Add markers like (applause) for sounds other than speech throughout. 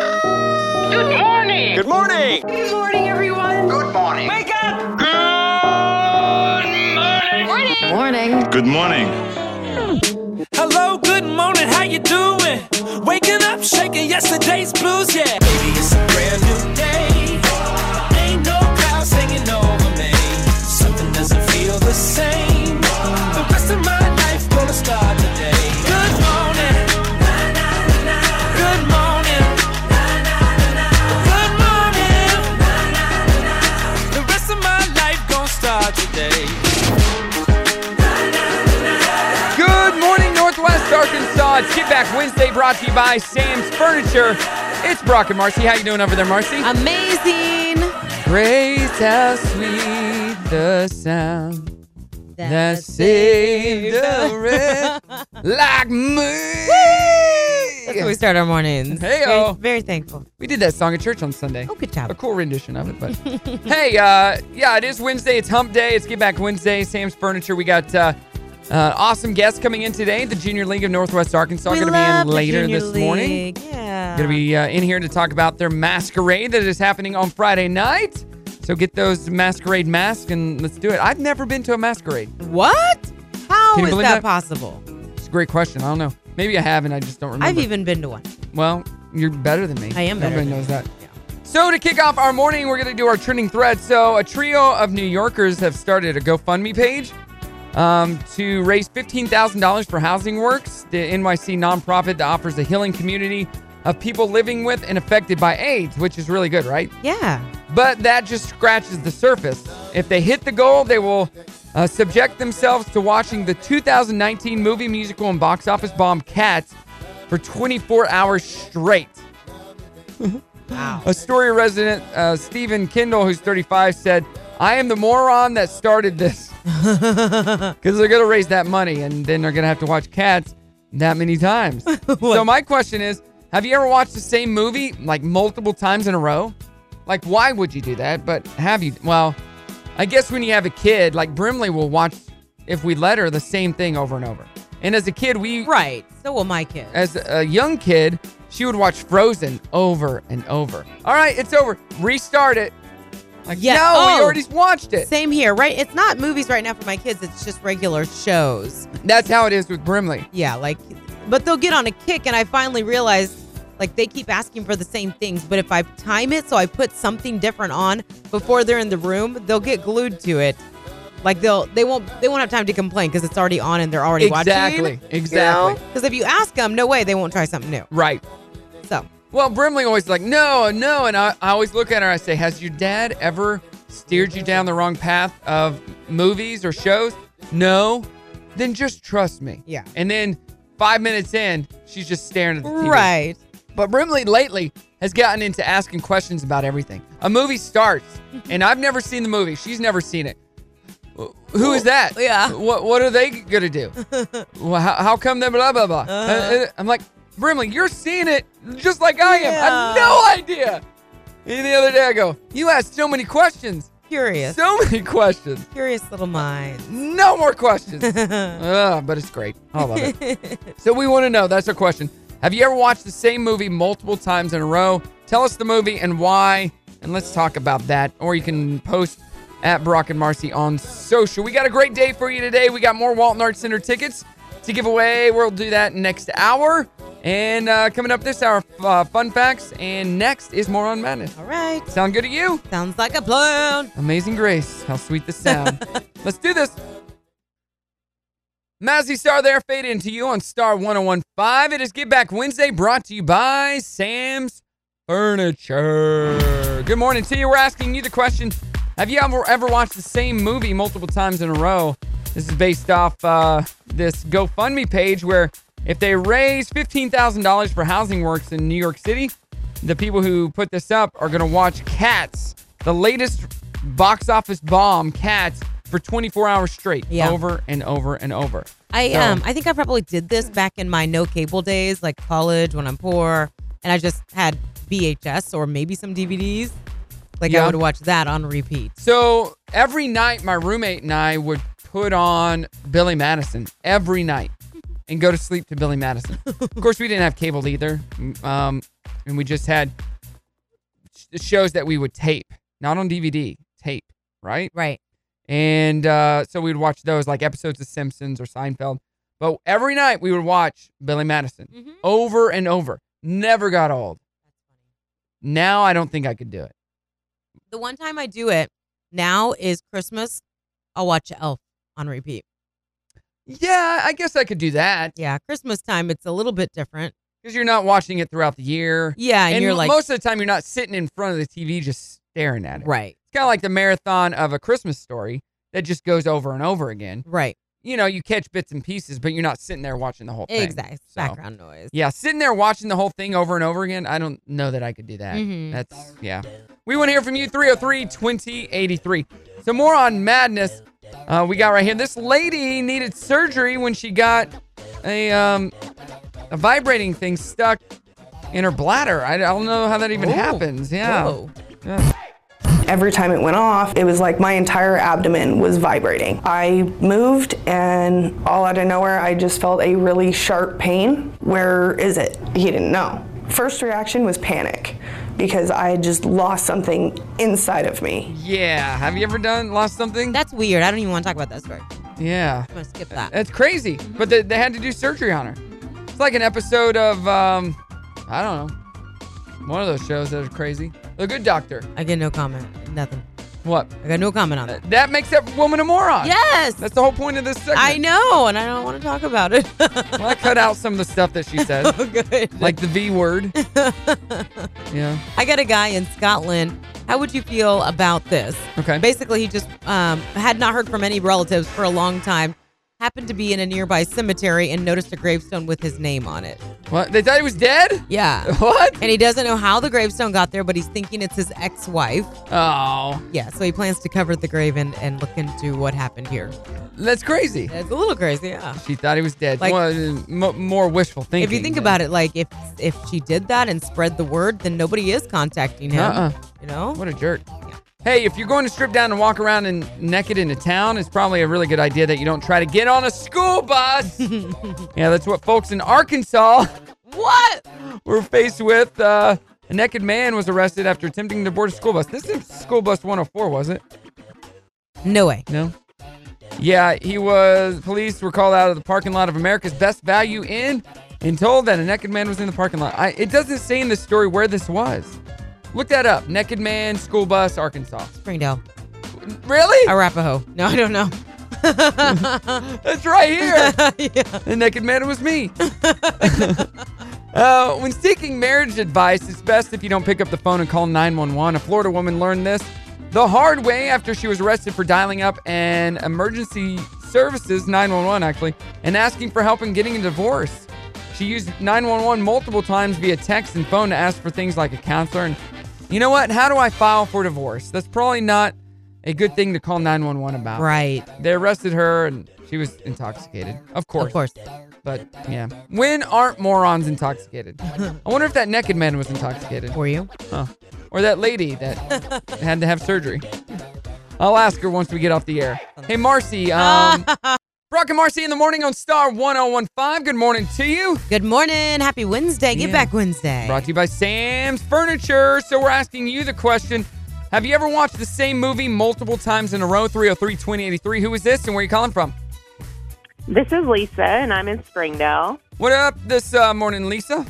Good morning. Good morning. Good morning, everyone. Good morning. Wake up. Good morning. Hello, good morning, how you doing? Waking up, shaking yesterday's blues, yeah. Baby, it's a brand new day. Ain't no clouds hanging over me. Something doesn't feel the same. The rest of my life gonna start today. Good morning. Good morning. Good morning. The rest of my life gonna start today. Good morning, Northwest Arkansas. It's Get Back Wednesday brought to you by Sam's Furniture. It's Brock and Marcy. How you doing over there, Marcy? Amazing. Praise how sweet the sound that saved (laughs) (laughs) a wretch like That's where me. we start our mornings. Hey-o. Very, very thankful. We did that song at church on Sunday. Oh, good A job. cool rendition of (laughs) it, but hey, uh, yeah, it is Wednesday. It's Hump Day. It's Get Back Wednesday. Sam's Furniture. We got uh, uh, awesome guests coming in today. The Junior League of Northwest Arkansas we going to be love in the later Junior this morning. League. Yeah. Going to be uh, in here to talk about their masquerade that is happening on Friday night. So get those masquerade masks and let's do it. I've never been to a masquerade. What? How Can you is believe that, that? possible? It's a great question. I don't know. Maybe I have and I just don't remember. I've even been to one. well, you're better than me. I am better Everybody than knows you. that. Yeah. So to kick off our morning, we're going to do our trending thread. So a trio of New Yorkers have started a GoFundMe page um, to raise $15,000 for Housing Works, the NYC nonprofit that offers a healing community of people living with and affected by AIDS, which is really good, right? Yeah. But that just scratches the surface. If they hit the goal, they will uh, subject themselves to watching the 2019 movie, musical, and box office bomb Cats for 24 hours straight. Astoria resident uh, Stephen Kendall, who's 35, said, I am the moron that started this. Because they're going to raise that money and then they're going to have to watch cats that many times. (laughs) so, my question is have you ever watched the same movie like multiple times in a row? Like, why would you do that? But have you? Well, I guess when you have a kid, like Brimley will watch, if we let her, the same thing over and over. And as a kid, we Right. So will my kids. as a young kid, she would watch Frozen over and over. All right, it's over. Restart it. Like, Yeah. no, we Oh. already watched it. Same here, right? It's not movies right now for my kids. It's just regular shows. That's how it is with Brimley. Yeah, like, but they'll get on a kick, and I finally realized, like, they keep asking for the same things. But if I time it, so I put something different on before they're in the room, they'll get glued to it. Like they'll they won't they won't have time to complain because it's already on and they're already Exactly. watching. Exactly. Because if you ask them, no way they won't try something new. Right. So Well, Brimley always like, no, no. And I, I always look at her and I say, has your dad ever steered you down the wrong path of movies or shows? No. Then just trust me. Yeah. And then five minutes in, she's just staring at the TV. right, But Brimley lately has gotten into asking questions about everything. A movie starts, and I've never seen the movie. She's never seen it. Who is that? Yeah. What What are they (laughs) gonna do? well, how, how come they blah blah blah? Uh-huh. Uh, I'm like Brimley, you're seeing it just like I am. Yeah. I have no idea. And the other day I go, you asked so many questions, curious, so many questions. curious little mind. No (laughs) more questions. Ugh, but it's great. I love it. So we want to know. That's our question. Have you ever watched the same movie multiple times in a row? Tell us the movie and why, and let's talk about that. Or you can post at Brock and Marcy on social. We got a great day for you today. We got more Walton Arts Center tickets to give away. We'll do that next hour. And uh, coming up this hour, uh, fun facts, and next is more on madness. All right, Sound good to you? sounds like a plan. Amazing Grace. How sweet the sound. (laughs) Let's do this. Mazzy Star there, fade into you on Star 1015. It is Give Back Wednesday, brought to you by Sam's Furniture. Good morning to you. We're asking you the question Have you ever, ever watched the same movie multiple times in a row? This is based off uh, this GoFundMe page where if they raise $15,000 for Housing Works in New York City, the people who put this up are going to watch Cats, the latest box office bomb, Cats, for 24 hours straight, Yeah. over and over and over. I So- um I think I probably did this back in my no cable days, like college when I'm poor, and I just had VHS or maybe some DVDs. Like Yeah. I would watch that on repeat. So every night, my roommate and I would put on Billy Madison every night and go to sleep to Billy Madison. of course, we didn't have cable either. Um, and we just had sh- shows that we would tape, not on DVD, tape, right? Right. And uh, so we'd watch those, like episodes of Simpsons or Seinfeld. But every night we would watch Billy Madison Mm-hmm. over and over. Never got old. Now I don't think I could do it. The one time I do it now is Christmas. I'll watch Elf on repeat. Yeah, I guess I could do that Yeah, Christmas time it's a little bit different. because you're not watching it throughout the year. Yeah, and, you're like most of the time, you're not sitting in front of the TV just staring at it. right, It's kind of like the marathon of a Christmas story that just goes over and over again. right, You know, you catch bits and pieces, but you're not sitting there watching the whole thing. exact So, background noise. Yeah, sitting there watching the whole thing over and over again, I don't know that I could do that. Mhm. That's, yeah. We want to hear from you 303 2083. So, more on madness uh, we got right here. This lady needed surgery when she got a, um, a vibrating thing stuck in her bladder. I, I don't know how that even happens. Yeah. Oh. Whoa. Every time it went off, it was like my entire abdomen was vibrating. I moved, and all out of nowhere, I just felt a really sharp pain. Where is it? He didn't know. First reaction was panic because I had just lost something inside of me. Yeah. Have you ever done lost something? That's weird. I don't even want to talk about that story. I'm yeah. gonna skip that. That's crazy. But they, they had to do surgery on her. It's like an episode of, um, I don't know, one of those shows that are crazy. The Good Doctor. I get no comment. Nothing. What? I got no comment on that. That makes that woman a moron. Yes. That's the whole point of this segment. I know, and I don't want to talk about it. (laughs) Well, I cut out some of the stuff that she said, oh, (laughs) good. like the V word. yeah. I got a guy in Scotland. How would you feel about this? Okay. Basically, he just um, had not heard from any relatives for a long time. Happened to be in a nearby cemetery and noticed a gravestone with his name on it. What? They thought he was dead? Yeah. (laughs) What? And he doesn't know how the gravestone got there, but he's thinking it's his ex wife. Oh, Yeah, so he plans to cover the grave and, and look into what happened here. that's crazy. It's a little crazy, yeah. She thought he was dead. Like- Well, mo- more wishful thinking. If you think about it, like if if she did that and spread the word, then nobody is contacting him. Uh-uh. You know? What a jerk. Hey, if you're going to strip down and walk around and naked into town, it's probably a really good idea that you don't try to get on a school (laughs) bus. yeah, that's what folks in Arkansas (laughs) What? were faced with. Uh, a naked man was arrested after attempting to board a school bus. This is school bus 104, was it? No way. No. Yeah, he was. Police were called out of the parking lot of America's Best Value Inn and told that a naked man was in the parking lot. I, it doesn't say in the story where this was. Look that up. Naked man, school bus, Arkansas. Springdale. Really? Arapaho. No, I don't know. (laughs) That's right here. (laughs) yeah. The naked man was me. uh, when seeking marriage advice, it's best if you don't pick up the phone and call 911. A Florida woman learned this the hard way after she was arrested for dialing up an emergency services 911 actually and asking for help in getting a divorce. She used 911 multiple times via text and phone to ask for things like a counselor and you know what? How do I file for divorce? That's probably not a good thing to call 911 about. Right. They arrested her and she was intoxicated. Of course. Of course. But yeah. When aren't morons intoxicated? I wonder if that naked man was intoxicated. Were you? Huh. Or that lady that had to have surgery. I'll ask her once we get off the air. Hey, (laughs) Marcy. Um, Brock and Marcy in the morning on Star 1015. Good morning to you. Good morning. Happy Wednesday. Get Yeah. back Wednesday. Brought to you by Sam's Furniture. So we're asking you the question Have you ever watched the same movie multiple times in a row? 303 2083. Who is this and where are you calling from? This is Lisa, and I'm in Springdale. What up this uh, morning, Lisa?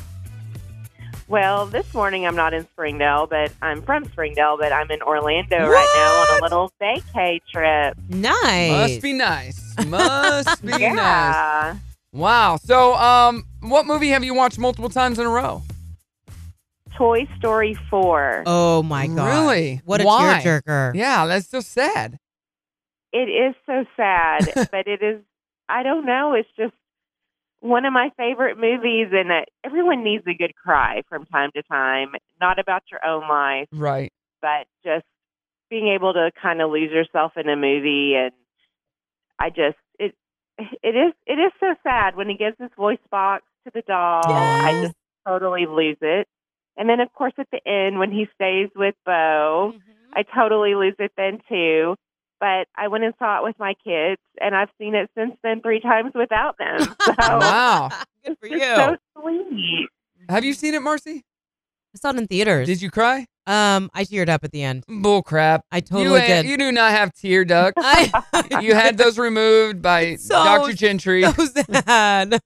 Well, this morning I'm not in Springdale, but I'm from Springdale, but I'm in Orlando right now on a little vacay trip. Nice. Must be nice. Must be nice. Yeah. Wow. So, um, what movie have you watched multiple times in a row? Toy Story 4. oh my god. Really? What a Why? tearjerker. Yeah, that's so sad. It is so (laughs) sad, but it is, I don't know, it's just one of my favorite movies, and uh, everyone needs a good cry from time to time, not about your own life. Right. but just being able to kind of lose yourself in a movie and I just it it is it is so sad when he gives his voice box to the doll. I just totally lose it. And then of course at the end when he stays with Bo, Mm-hmm. I totally lose it then too. But I went and saw it with my kids and I've seen it since then three times without (laughs) them. So Wow. (laughs) Good for it's you. so sweet. Have you seen it, Marcy? I saw it in theaters. Did you cry? um, I teared up at the end. Bull crap. I you, totally did. ain't- You do not have tear ducts. (laughs) I, (laughs) you had those removed by So- Dr. Gentry. so (laughs) sad.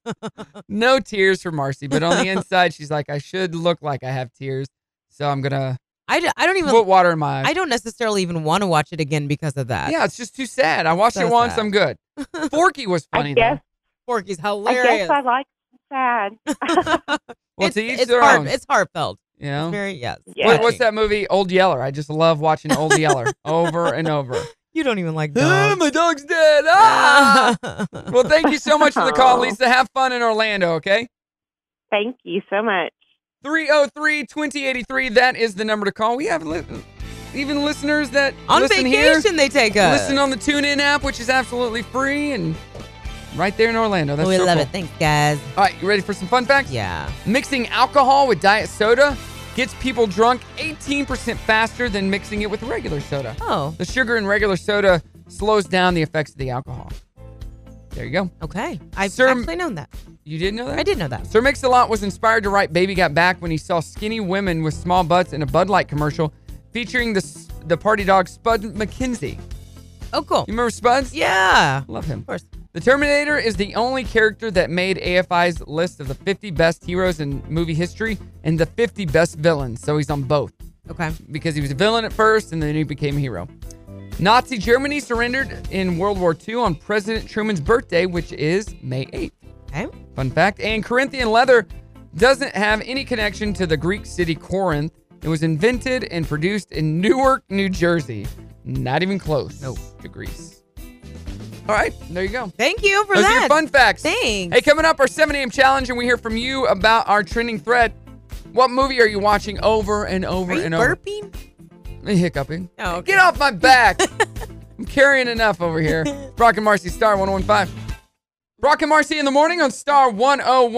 No tears for Marcy, but on the inside, she's like, I should look like I have tears. So I'm going to I, d- I don't even. put water in my eyes. I don't necessarily even want to watch it again because of that. yeah, it's just too sad. I watched So it once. sad. (laughs) I'm good. Forky was funny. I guess Though. Porky's I hilarious. guess I like sad. Well, it's, to each it's their heart- own. It's heartfelt. You know? Very yes. Yeah. What- what's that movie? Old Yeller. I just love watching Old Yeller (laughs) over and over. You don't even like Ah, dogs. my dog's dead. Ah! Well, thank you so much for the call, Aw. Lisa. Have fun in Orlando, okay? Oh. Thank you so much. 303 2083. That is the number to call. We have li- even listeners that on listen vacation here, they take us. listen on the TuneIn app, which is absolutely free and right there in Orlando. That's Oh, we so love cool. it. Thanks, guys. All right, you ready for some fun facts? Yeah. Mixing alcohol with diet soda gets people drunk 18% faster than mixing it with regular soda. Oh, The sugar in regular soda slows down the effects of the alcohol. There you go. okay. I've Sir- actually known that. You didn't know that? I did know that. Sir Mix-a-Lot was inspired to write Baby Got Back when he saw skinny women with small butts in a Bud Light commercial featuring the, s- the party dog Spud McKenzie. Oh, cool. You remember Spuds? Yeah. Of Love him. course. The Terminator is the only character that made AFI's list of the 50 best heroes in movie history and the 50 best villains. So he's on both Okay. because he was a villain at first and then he became a hero. Nazi Germany surrendered in World War II on President Truman's birthday, which is May 8th. Okay. Fun fact. And Corinthian leather doesn't have any connection to the Greek city Corinth. It was invented and produced in Newark, New Jersey. Not even close Nope. to Greece. All right, there you go. Thank you for Those that. are your fun facts. Thanks. Hey, coming up, our 7 a.m. challenge, and we hear from you about our trending thread. What movie are you watching over and over Are you and over? burping? Me hiccuping. Oh, okay. Get (laughs) off my back. I'm carrying enough over here. Brock and Marcy, Star 1015. Brock and Marcy in the morning on Star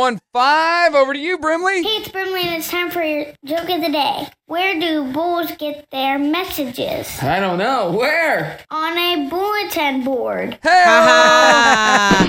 1015. Over to you, Brimley. Hey, it's Brimley, and it's time for your joke of the day. Where do bulls get their messages? I don't know. Where? On a bulletin board. Hey! uh,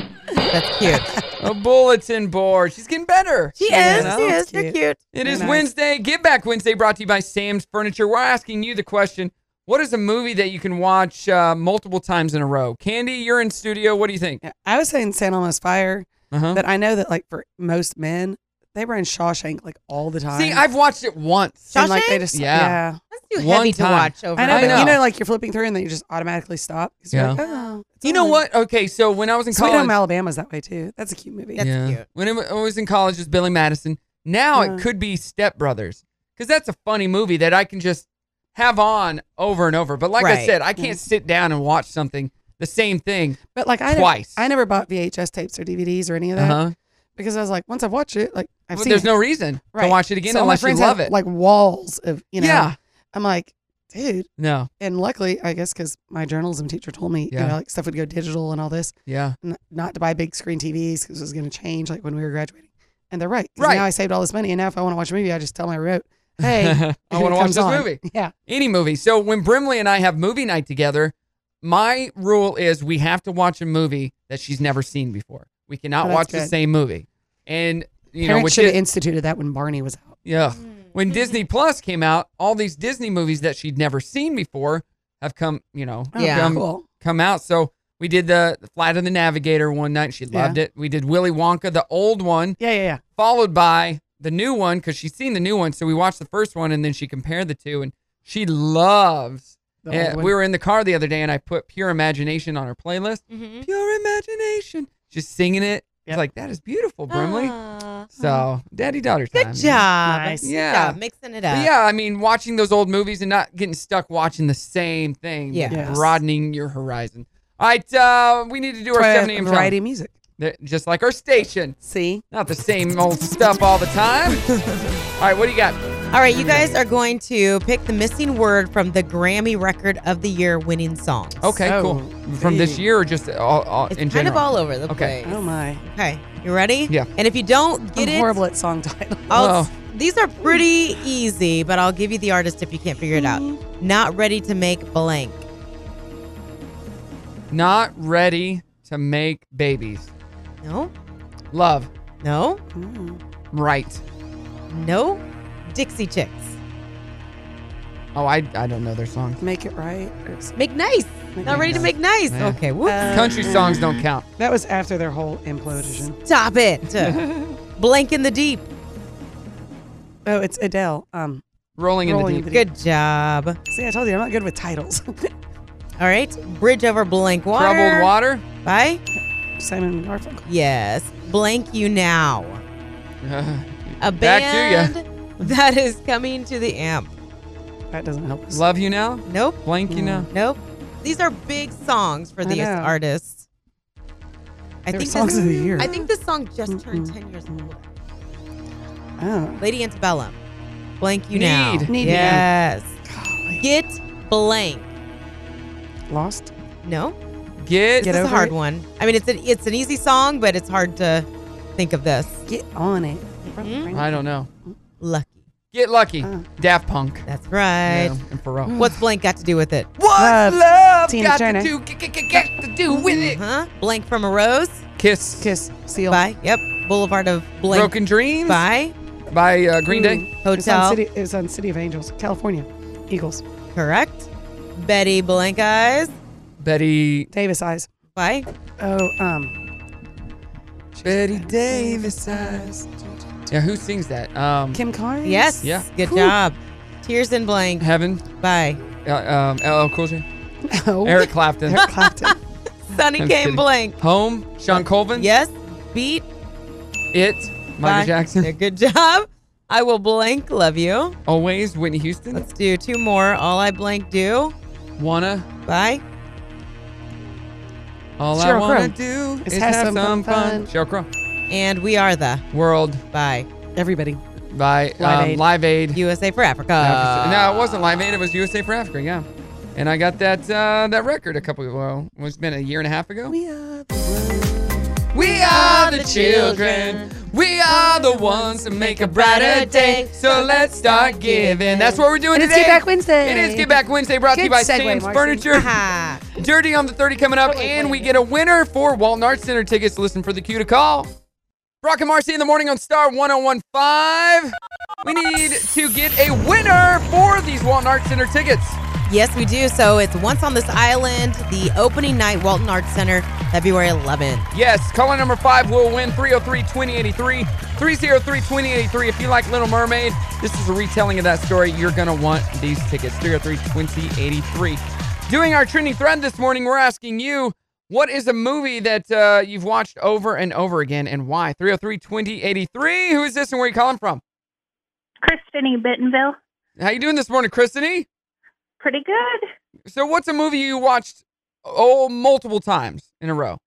Ah, That's cute. a bulletin board. She's getting better. She You is. know? Oh, She is. They're cute. It is Wednesday. Give Back Wednesday brought to you by Sam's Furniture. We're asking you the question what is a movie that you can watch uh, multiple times in a row? Candy, you're in studio. What do you think? Yeah, I was saying San Almost Fire, Uh-huh. but I know that like for most men, they were in Shawshank like all the time. See, I've watched it once. and, like Shawshank? they just Yeah. yeah. That's too One heavy to time. watch over. I know, I and but over. you know. know, like you're flipping through and then you just automatically stop. It's Yeah. Like, oh, it's You know on. what? Okay, so when I was in Sweet college, Home Alabama's that way too. That's a cute movie. That's yeah. cute. When I was in college, it was Billy Madison. Now it Yeah. could be Step Brothers because that's a funny movie that I can just have on over and over. But like I Right. said, I can't sit down and watch something the same thing. But like I Twice. never, I never bought VHS tapes or DVDs or any of that Uh-huh. because I was like, once I've watched it, like I've But seen. There's it. no reason Right. to watch it again So all my unless you friends love have, it. Like walls of you know. yeah. I'm like, dude. No. And luckily, I guess because my journalism teacher told me, Yeah. you know, like stuff would go digital and all this. Yeah. n- not to buy big screen TVs because it was going to change like when we were graduating. And they're right. 'cause Right. Now I saved all this money. And now if I want to watch a movie, I just tell my remote, (laughs) hey, I want to watch this movie. Yeah. Any movie. So when Brimley and I have movie night together, my rule is we have to watch a movie that she's never seen before. We cannot Oh, that's watch the good. same movie. And you know, Parents which should have is- instituted that when Barney was out. Yeah. When Disney Plus came out, all these Disney movies that she'd never seen before have come, you know, Oh, Yeah. come, Cool. come out. So we did the, the Flight of the Navigator one night. She Yeah. loved it. We did Willy Wonka, the old one, Yeah, yeah, yeah. followed by the new one because she's seen the new one. So we watched the first one and then she compared the two and she loves. The Yeah, old one. we were in the car the other day and I put Pure Imagination on her playlist. Mhm. Pure Imagination. Just singing it. It's Yep. like, that is beautiful, Brimley. Ah. so, daddy daughter time. Good you know? job. Uh-huh. Nice. Good Yeah. job Mixing it But up. yeah, I mean, watching those old movies and not getting stuck watching the same thing. Yeah. Yes. Broadening your horizon. All right, uh, we need to do our Try a 7 a.m. challenge. variety of music. They're Just like our station. See? Not the same old stuff all the time. (laughs) all right, what do you got? All right, you guys are going to pick the missing word from the Grammy Record of the Year winning songs. Okay, Oh, cool. From this hey. year or just all, all It's in kind general? of all over the Okay. Oh place. my. Okay. You ready? Yeah. And if you don't get I'm it, horrible at song titles. I'll, Wow. these are pretty easy, but I'll give you the artist if you can't figure it out. Mm-hmm. Not ready to make blank. Not ready to make babies. No, Love. no, Mm. Right. no, Dixie Chicks. Oh, I I don't know their songs. Make it right. It was- Make nice. Not ready to make nice. Yeah. Okay, whoops. Country songs don't count. Uh, That was after their whole implosion. Stop (laughs) it. Blank in the deep. Oh, it's Adele. Um, Rolling in the Rolling deep. in the Deep. Good job. All see, I told you I'm not good with titles. (laughs) right. Bridge over blank water. Troubled water. Bye. Simon and Garfunkel. Yes. Blank you (laughs) now. A Back to ya. band that is coming to the amp. That doesn't help us. Mm. Love you now. Nope. Blank you now. Nope. These are big songs for I these know. artists. I They're think songs this, of the year. I think this song just turned 10 years old. Oh, Lady Antebellum. Blank you Need. now. Need. yes. Get blank. lost. No. Get, Get It's a over hard it. one. I mean, it's an it's an easy song, but it's hard to think of this. Hmm? Get on it. I don't know. Lucky. Get lucky. Oh. Daft Punk. That's right. Yeah, and (gasps) Pharrell. What's blank got to do with it? What Love. love Uh, Tina got Turner. to do? g- g- g- Got to do with it. Huh? Uh-huh. Blank from a rose. Kiss. Kiss. Seal. Bye. Yep. Boulevard of blank. Broken Dreams Bye. by uh, Green Ooh. Day. It was, on Hotel. City, it was on City of Angels, California. Eagles. Correct. Betty blank eyes. Betty Davis Eyes. Bye. Oh, um, Betty Davis eyes. Yeah, who sings that? Um, Kim Carnes. Yes. Yeah. Good Cool. job. Tears in blank. Heaven. Bye. Uh, um, LL Cool J. (laughs) No. Eric Clapton. Oh. Eric Clapton. (laughs) Sunny I'm came kidding. blank. Home. Sean Colvin. Yes. Beat. It. Michael Bye. Jackson. Yeah, Good job. I will blank. Love you. Always. Whitney Houston. Let's do two more. All I blank do. Wanna. Bye. All I Sheryl wanna Crow. do It's is have have, some some fun. fun. Sheryl Crow. And we are the World bye Everybody. by Live um, Aid. Live Aid. USA for Africa. Uh, no, it wasn't Live Aid. It was USA for Africa. Yeah, and I got that uh, that record a couple. Well, it's been a year and a half ago. We are. We are the children. We are the ones to make a brighter day. So let's start giving. That's what we're doing And it's today. Get Back Wednesday. It is Get Back Wednesday. Brought to you Good by segue, Sam's Marcy. Furniture. Ha. Dirty on the 30 coming up, and we get a winner for Walton Arts Center tickets. Listen for the cue to call. Brock and Marcy in the morning on Star 1015. We need to get a winner for these Walton Arts Center tickets. Yes, we do. So it's Once on This Island, the opening night, Walton Arts Center, February 11th. Yes, caller number five will win 303 2083. 303 2083. If you like Little Mermaid, this is a retelling of that story. You're going to want these tickets. 303 2083. Doing our trending thread this morning, we're asking you what is a movie that uh, you've watched over and over again and why? 303 2083. Who is this and where are you calling from? Kristen E. Bentonville. How you doing this morning, Kristine? Pretty good. So, what's a movie you watched oh, multiple times in a row?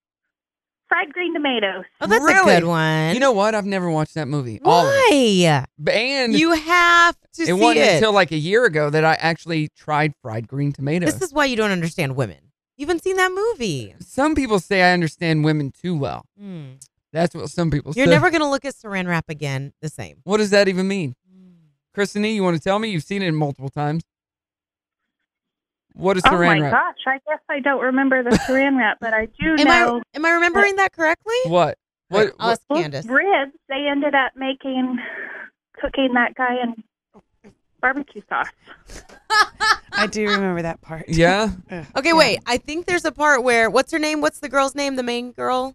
Fried green tomatoes. Oh, that's Really? a good one. You know what? I've never watched that movie. All of it. why? And You have to it see wasn't it. until like a year ago that I actually tried fried green tomatoes. this is why you don't understand women. You haven't seen that movie. some people say I understand women too well. Hmm. That's what some people You're say. never going to look at saran wrap again the same. What does that even mean? Kristen, you want to tell me? You've seen it multiple times. What is oh my saran wrap? gosh, I guess I don't remember the saran wrap, but I do Am I know am I remembering that correctly? What? What? I'll ask what- Candace. ribs. They ended up making cooking that guy in barbecue sauce. I do remember that part. Yeah. Okay, wait. I think there's a part where what's her name? What's the girl's name? The main girl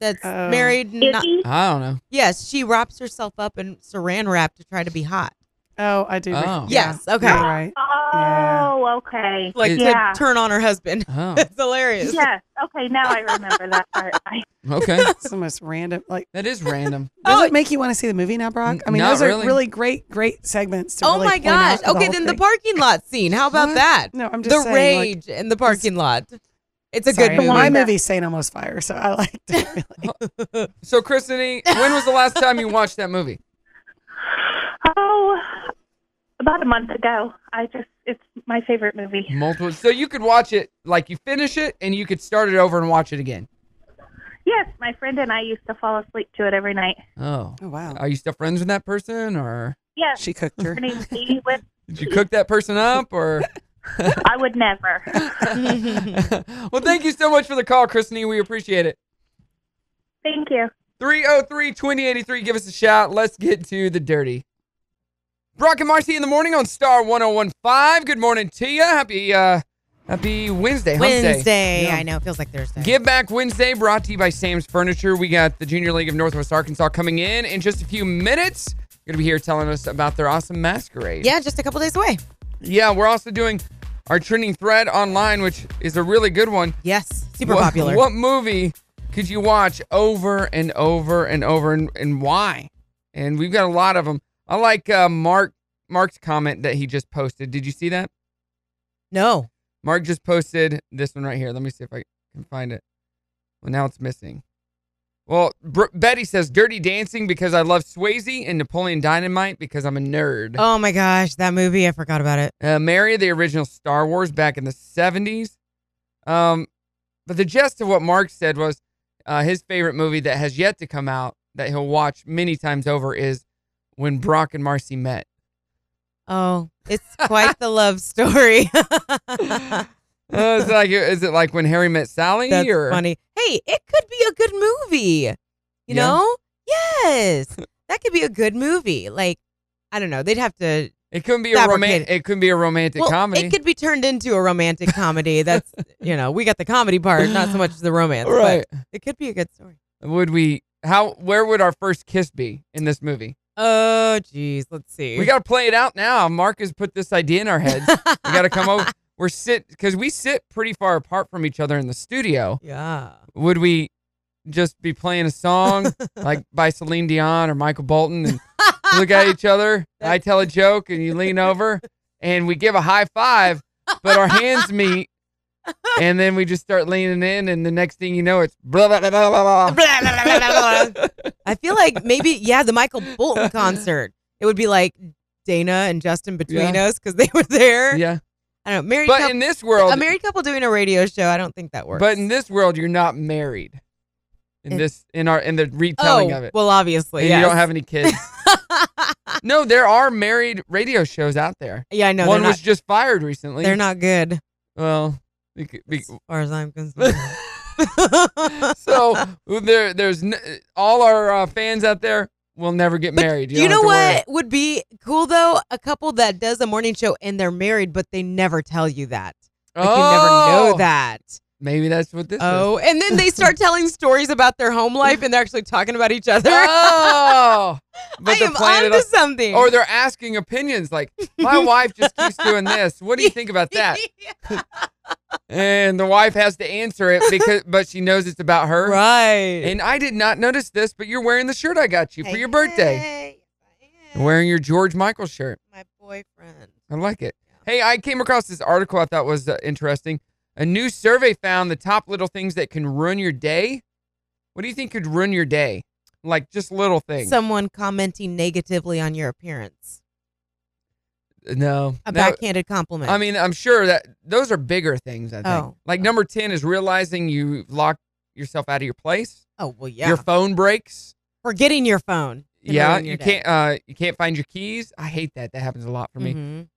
that's Oh. married. and Not, Izzy, I don't know. yes, she wraps herself up in saran wrap to try to be hot. Oh, I do. Oh. Yes. Okay. You're right. Oh, okay. Like Yeah. to turn on her husband. (laughs) Oh, That's hilarious. Yes. Okay, now I remember that part. (laughs) I, okay. It's the most random. Like, that is random. does Oh. it make you want to see the movie now, Brock? (laughs) I mean, Not those really. are really great, great segments. To Oh really my point out gosh. the Okay, whole then the thing. parking lot scene. How about What? that? No, I'm just The saying, like, rage in the parking lot. It's a sorry, good movie. My movie's Saint Almost Fire, so I liked it. Really. So, Kristine, when was the last time you watched that movie? oh, about a month ago. I just, it's my favorite movie. Multiple. So you could watch it like you finish it, and you could start it over and watch it again. Yes, my friend and I used to fall asleep to it every night. Oh. Oh wow, Are you still friends with that person, or? Yes. she cooked her. Her name's (laughs) Dee Whip. Did you cook that person up or? I would never. well, thank you so much for the call, Christine. We appreciate it. Thank you. 303 2083. Give us a shout. Let's get to the dirty. Brock and Marcy in the morning on Star 1015. Good morning to you. Happy uh happy Wednesday. hump day. Wednesday. Yeah. I know. It feels like Thursday. Give Back Wednesday brought to you by Sam's Furniture. We got the Junior League of Northwest Arkansas coming in in just a few minutes. Going to be here telling us about their awesome masquerade. yeah, just a couple days away. Yeah, we're also doing our trending thread online, which is a really good one. Yes. Super What- popular. What movie could you watch over and over and over and, and why? And we've got a lot of them. I like uh, Mark Mark's comment that he just posted. Did you see that? No. Mark just posted this one right here. Let me see if I can find it. Well, now it's missing. Well, Br- Betty says Dirty Dancing because I love Swayze and Napoleon Dynamite because I'm a nerd. Oh my gosh, that movie. I forgot about it. Uh, Mary, the original Star Wars back in the 70s. Um, but the gist of what Mark said was uh, his favorite movie that has yet to come out that he'll watch many times over is When Brock and Marcy Met. Oh, it's quite the love story. (laughs) Uh, it's like, is it like When Harry Met Sally? That's or funny. Hey, it could be a good movie. You Yeah. know? Yes. that could be a good movie. Like, I don't know. They'd have to. It couldn't be a romantic. Fabricated. It couldn't be a romantic well, comedy. It could be turned into a romantic comedy. (laughs) That's, you know, we got the comedy part, not so much the romance. but right? it could be a good story. Would we? How? Where would our first kiss be in this movie? Oh, geez. Let's see. We got to play it out now. Mark has put this idea in our heads. we got to (laughs) come over. We're sit because we sit pretty far apart from each other in the studio. yeah. Would we just be playing (laughs) a song like by Celine Dion or Michael Bolton and look at each other? I tell a joke and you lean over and we give a high five, but our hands (laughs) meet. And then we just start leaning in, and the next thing you know, it's blah blah blah (laughs) blah blah. blah. I feel like maybe, yeah, the Michael (laughs) Bolton concert. It would be like Dana and Justin between Yeah. us because they were there. Yeah, I don't know. Married but couple, in this world, a married couple doing a radio show, I don't think that works. But in this world, you're not married. In It- this, in our, in the retelling oh, of it, well, obviously, and yes. you don't have any kids. (laughs) no, there are married radio shows out there. yeah, I know. One they're was not, just fired recently. they're not good, Well, we could- we- as far as I'm concerned. (laughs) so there, there's n- all our uh, fans out there will never get But married. you don't know have to worry. what would be cool though? A couple that does a morning show and they're married, but they never tell you that. Like you never Oh! know that. Maybe that's what this is. Oh, and then (laughs) they start telling stories about their home life and they're actually talking about each other. (laughs) Oh, but I they're am playing it onto up- something. or they're asking opinions. Like (laughs) my wife just keeps doing this. What do you think about that? and the wife has to answer it because but she knows it's about her. right. And I did not notice this, but you're wearing the shirt I got you for your birthday. You're wearing your George Michael shirt. my boyfriend. I like it. Hey, I came across this article I thought was uh, interesting. A new survey found the top little things that can ruin your day. What do you think could ruin your day? Like just little things. Someone commenting negatively on your appearance. no. A no. backhanded compliment. I mean, I'm sure that those are bigger things, I think. Oh. Like number 10 is realizing you locked yourself out of your place. oh well, yeah. Your phone breaks. Forgetting your phone. can Yeah, ruin your you day. can't uh you can't find your keys. I hate that. That happens a lot for me. Mhm.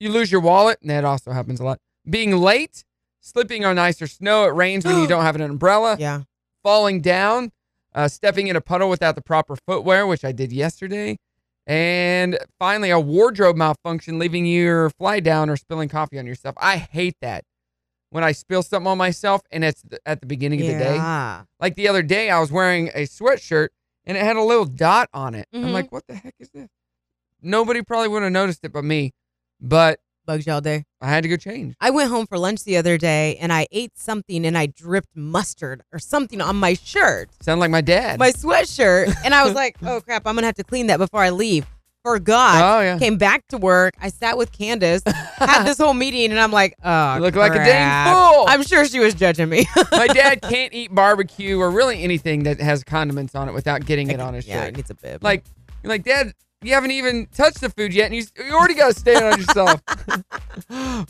You lose your wallet, and that also happens a lot. Being late, slipping on ice or snow, it (gasps) rains when you don't have an umbrella, Yeah. falling down, uh, stepping in a puddle without the proper footwear, which I did yesterday. And finally, a wardrobe malfunction, leaving your fly down or spilling coffee on yourself. I hate that. When I spill something on myself and it's th- at the beginning of the day. Yeah. Like the other day, I was wearing a sweatshirt and it had a little dot on it. I'm Mhm. like, what the heck is this? Nobody probably would have noticed it but me, but Bugs you all day. I had to go change. I went home for lunch the other day and I ate something and I dripped mustard or something on my shirt, Sound like my dad. my sweatshirt. And I was like, (laughs) oh crap, I'm going to have to clean that before I leave. Forgot. oh yeah, Came back to work. I sat with Candace, had this whole meeting, and I'm like, oh, You look like a dang crap. fool. I'm sure she was judging me. (laughs) my dad can't eat barbecue or really anything that has condiments on it without getting it on his yeah, it shirt. needs a bib. Like, you're like Dad, you haven't even touched the food yet, and you, you already got a stand on yourself. (laughs)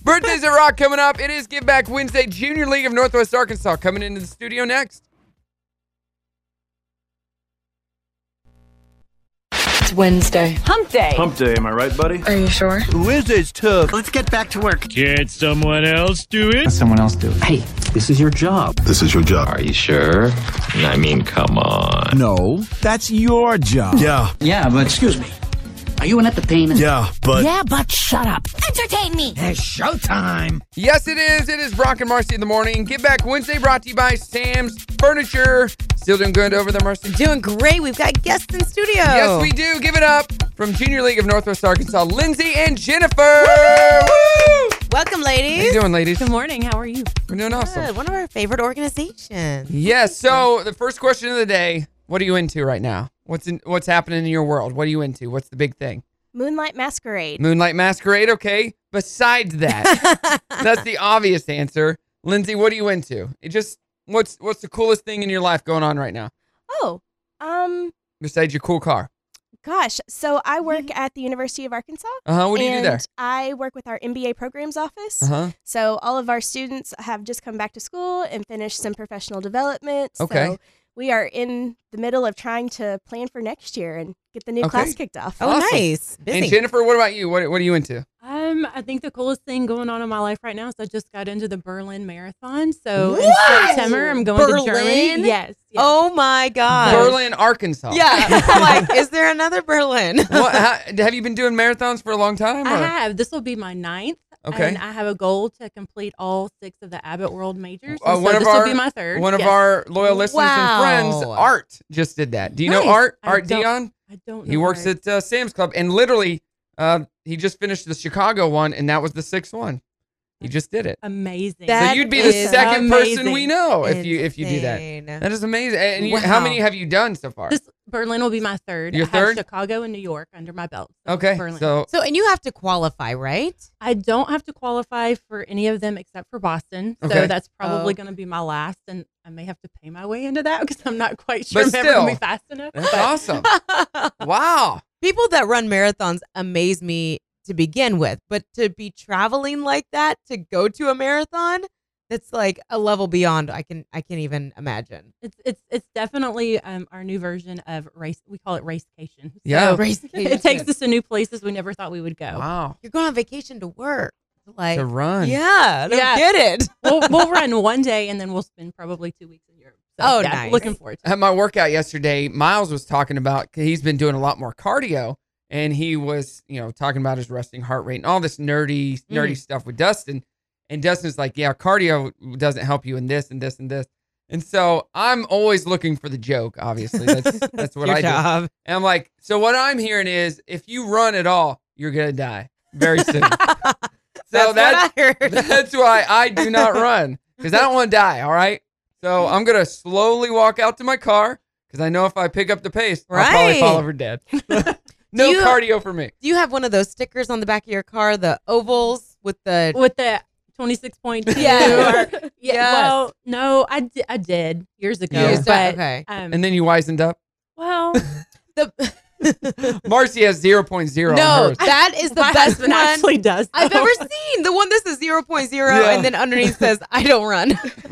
(laughs) Birthdays at Rock coming up. It is Give Back Wednesday. Junior League of Northwest Arkansas coming into the studio next. Hump day, am I right, buddy? Are you sure? Wednesday's tough. Let's get back to work. Can't someone else do it? Someone else do it. Hey, this is your job. This is your job. Are you sure? I mean, come on. No, that's your job. Yeah. Yeah, but excuse me. Are you an entertainer? Yeah, but- Yeah, but shut up. Entertain me. It's showtime. Yes, it is. It is Brock and Marcy in the morning. Get back Wednesday brought to you by Sam's Furniture. Still doing good over there, Marcy. Doing great. We've got guests in studio. Yes, we do. Give it up from Junior League of Northwest Arkansas, Lindsay and Jennifer. Woo! Welcome, ladies. How you doing, ladies? Good morning. How are you? We're doing awesome. Good. One of our favorite organizations. Yes. So the first question of the day: What are you into right now? What's in, what's happening in your world? What are you into? What's the big thing? Moonlight Masquerade. Moonlight Masquerade. Okay. (laughs) Besides that, that's the obvious answer. Lindsay, what are you into? It just what's what's the coolest thing in your life going on right now Oh, um, besides your cool car? gosh. So (laughs) I work at the University of Arkansas. Uh-huh, what do you do and there? I work with our MBA programs office. Uh-huh. So all of our students have just come back to school and finished some professional development. Okay. So we are in the middle of trying to plan for next year and get the new Okay. Oh, class kicked off. Awesome. And Jennifer, what about you? What what are you into? Um, I think the coolest thing going on in my life right now is I just got into the Berlin Marathon. So What? in September, I'm going Berlin? to Germany. Yes. Oh my Uh, God. Berlin, Arkansas. Yeah. (laughs) I'm like, is there another Berlin? (laughs) What, (laughs) how, have you been doing marathons for a long time? I or- have. This will be my ninth. Okay. And I have a goal to complete all six of the Abbott World majors. Uh, and so this will be my third. One of Yes. our loyal listeners and friends, Wow. Art, just did that. Do you Nice. know Art? I Art don't- Dion. I don't He know works at uh, Sam's Club, and literally, uh, he just finished the Chicago one, and that was the sixth one. He just did it. Amazing. so you'd be the second person we know if you if you do that. Insane. That is amazing. And you, how Wow. many have you done so far? This Berlin will be my third. Your I have third? Chicago and New York under my belt. Okay, Berlin. so- So, and you have to qualify, right? I don't have to qualify for any of them except for Boston. So Okay. that's probably Oh. going to be my last, and I may have to pay my way into that because I'm not quite sure But if I'm ever still, going to be fast enough. That's but- awesome. (laughs) wow. People that run marathons amaze me to begin with, but to be traveling like that to go to a marathon, that's like a level beyond I can I can even imagine. It's it's it's definitely um, our new version of race. We call it racecation. Yeah. (laughs) So Racecation. It takes us to new places we never thought we would go. Wow. You're going on vacation to work. Like To run. Yeah. I don't Yeah. get it. (laughs) we'll (laughs) we'll run one day and then we'll spend probably two weeks in Europe. So, Oh, yeah, nice. Looking forward. to it. At my workout yesterday, Miles was talking about he's been doing a lot more cardio, and he was you know talking about his resting heart rate and all this nerdy Mm-hmm. nerdy Mhm. stuff with Dustin. And Dustin's like, yeah, cardio doesn't help you in this and this and this. And so I'm always looking for the joke. Obviously, (laughs) that's that's what Your I do. job. And I'm like, so what I'm hearing is, if you run at all, you're gonna die very soon. So that's (laughs) that's why I do not run because I don't want to die. All right. So I'm gonna slowly walk out to my car because I know if I pick up the pace, I'll probably fall Right. over dead. (laughs) no you- cardio for me. Do you have one of those stickers on the back of your car, the ovals with the with the 26.2 Yeah. or- (laughs) yeah Yes. well no I di- I did years ago Yeah. but Okay. um, and then you wisened up. well Marcy has 0.0 on No, (laughs) hers. that is the My best one husband actually does I've though. ever seen. The one that says 0.0 Yeah. and then underneath says (laughs) I don't run. (laughs)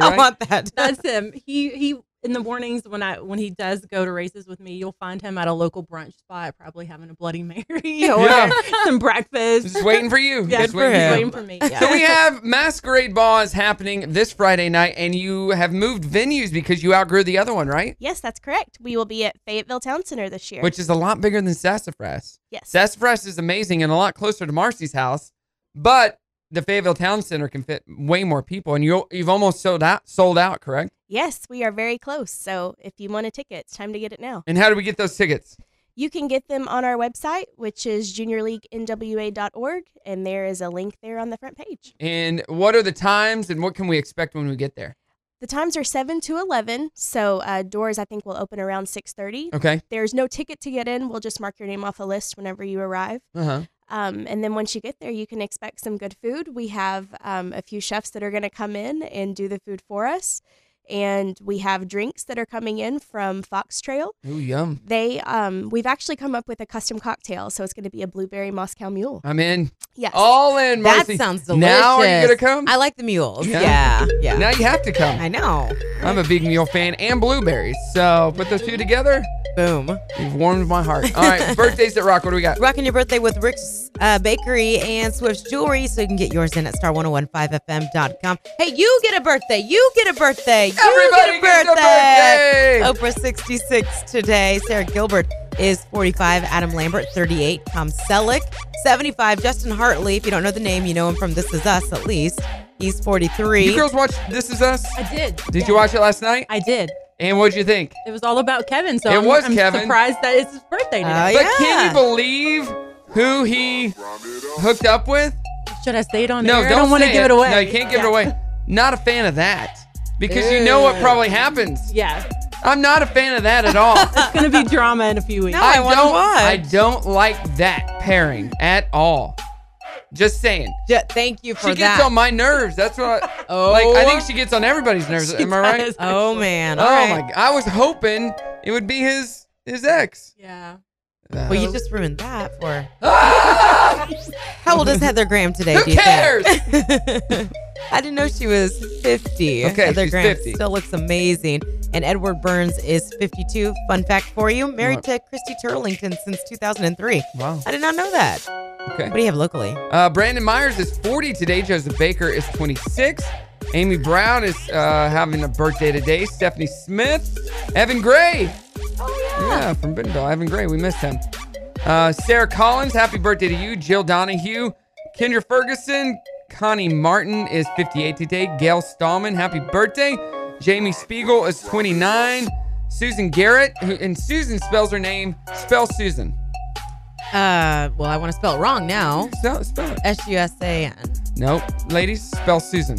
(laughs) I right. want that. (laughs) that's him he he in the mornings when I when he does go to races with me you'll find him at a local brunch spot probably having a bloody mary (laughs) or Yeah. some breakfast Just waiting for you. yeah, Just just waiting, waiting for for me (laughs) So we have Masquerade Balls happening this Friday night, and you have moved venues because you outgrew the other one, right? Yes, that's correct. We will be at Fayetteville Town Center this year. Which is a lot bigger than Sassafras. Yes. Sassafras is amazing and a lot closer to Marcy's house, but the Fayetteville Town Center can fit way more people, and you you've almost sold out. Sold out, correct? Yes, we are very close. So if you want a ticket, it's time to get it now. And how do we get those tickets? You can get them on our website, which is juniorleaguenwa.org, and there is a link there on the front page. And what are the times? And what can we expect when we get there? The times are 7 to 11, so uh, doors I think will open around 6:30. Okay. There's no ticket to get in. We'll just mark your name off a list whenever you arrive. Uh huh. Um, and then once you get there, you can expect some good food. We have um, a few chefs that are going to come in and do the food for us. And we have drinks that are coming in from Fox Trail. Ooh, yum! They, um, we've actually come up with a custom cocktail, so it's going to be a blueberry Moscow Mule. I'm in. Yes. All in, That Marcy. sounds delicious. Now are you gonna come? Um, I like the mules. Yeah. Yeah. Yeah. Now you have to come. I know. I'm a big mule fan and blueberries. So put those two together. Boom. You've warmed (laughs) my heart. All right, birthdays that rock. What do we got? Rocking your birthday with Rick's uh, Bakery and Swift's Jewelry, so you can get yours in at star1015fm.com. Hey, you get a birthday. You get a birthday. You Everybody get gets a a birthday. Oprah 66 today. Sarah Gilbert is 45, Adam Lambert 38, Tom Selleck 75, Justin Hartley. If you don't know the name, you know him from This Is Us at least. He's 43. You girls watch This Is Us? I did. Did you watch it last night? I did. And what'd you think? It was all about Kevin, so It I'm, was I'm Kevin. Uh, surprised that it's his birthday today. but can you believe who he hooked up with? Should I say it on No, air? don't Oh, I don't want to say give it away. No, you can't give it Yeah. away. Not a fan of that because you know what Ew. probably happens. Yeah. I'm not a fan of that at all. (laughs) It's going to be drama in a few weeks. I, don't. I don't like that pairing at all. Just saying. Yeah, thank you for she gets that. on my nerves. That's what. I, Oh. like I think she gets on everybody's (laughs) nerves. (laughs) She am I right? does, Oh, man. All oh right. my! God. I was hoping it would be his his ex. Yeah. Well, you just ruined that for. (laughs) How old is Heather Graham today? Who do you think? cares? (laughs) I didn't know she was 50. Okay, Heather she's Graham 50. still looks amazing. And Edward Burns is 52. Fun fact for you married to Christy Turlington since 2003. Wow. I did not know that. Okay. What do you have locally? Uh, Brandon Myers is 40 today. Joseph Baker is 26. Amy Brown is uh, having a birthday today. Stephanie Smith. Evan Gray. Oh, yeah. Yeah, from Bentonville. Evan Gray. We missed him. Uh, Sarah Collins, happy birthday to you. Jill Donahue. Kendra Ferguson. Connie Martin is 58 today. Gail Stallman, happy birthday. Jamie Spiegel is 29. Susan Garrett, who, and Susan spells her name. Spell Susan. Uh, well, I want to spell it wrong now. Spell, spell it. S U S A N. Nope. Ladies, spell Susan.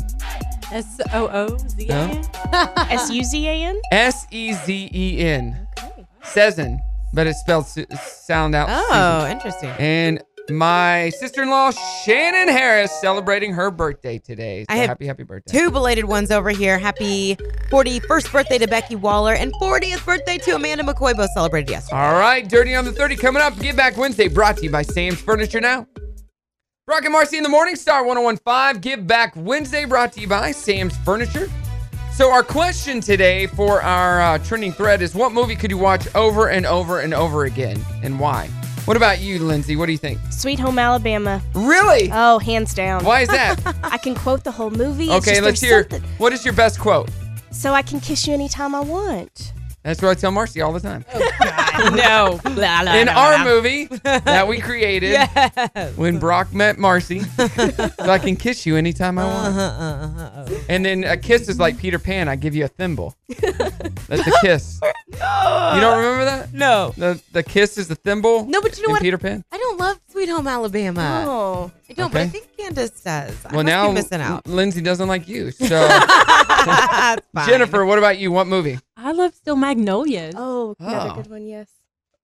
S O O Z A N. S (laughs) U Z A N. S E Z E N. Sezen, but it's spelled su- sound out. Oh, Susan. interesting. And my sister in law, Shannon Harris, celebrating her birthday today. So I have happy, happy birthday. Two belated ones over here. Happy 41st birthday to Becky Waller and 40th birthday to Amanda McCoy. Both celebrated yesterday. All right, Dirty on the 30 coming up. Get Back Wednesday brought to you by Sam's Furniture Now. Brock and Marcy in the Morning Star 1015 Give Back Wednesday brought to you by Sam's Furniture. So, our question today for our uh, trending thread is what movie could you watch over and over and over again and why? What about you, Lindsay? What do you think? Sweet Home Alabama. Really? Oh, hands down. Why is that? (laughs) I can quote the whole movie. It's okay, just let's there's hear. something- What is your best quote? So I can kiss you anytime I want. That's what I tell Marcy all the time. no. Blah, blah, In blah, our blah. (laughs) (laughs) movie that we created when Brock met Marcy, so I can kiss you anytime I want. Uh-huh, And then a kiss is like Peter Pan, I give you a thimble. That's a (laughs) kiss. You don't remember that? No. The the kiss is the thimble? No, but you know in what? Peter Pan? I don't love Sweet Home Alabama. Oh. I don't, but I Okay. think Candace does. I well, must now be missing out. L- Lindsay doesn't (laughs) like you. So, Jennifer, what about you? What movie? I love Still Magnolias. Oh, another Oh. good one, yes.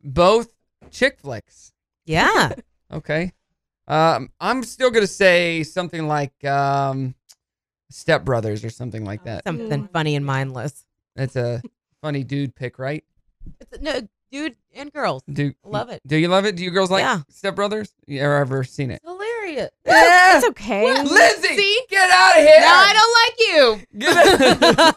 Both chick flicks. Yeah. (laughs) Okay. Um, I'm still gonna say something like um, Step Brothers or something like that. Something funny and mindless. That's a funny dude pick, right? It's, no, dude and girls. Do Love it. Do you love it? Do you girls like Yeah. Step Brothers? You ever, ever seen it? Hilarious. (laughs) Yeah. It's okay. Lindsay, get out of here! No, I don't like you.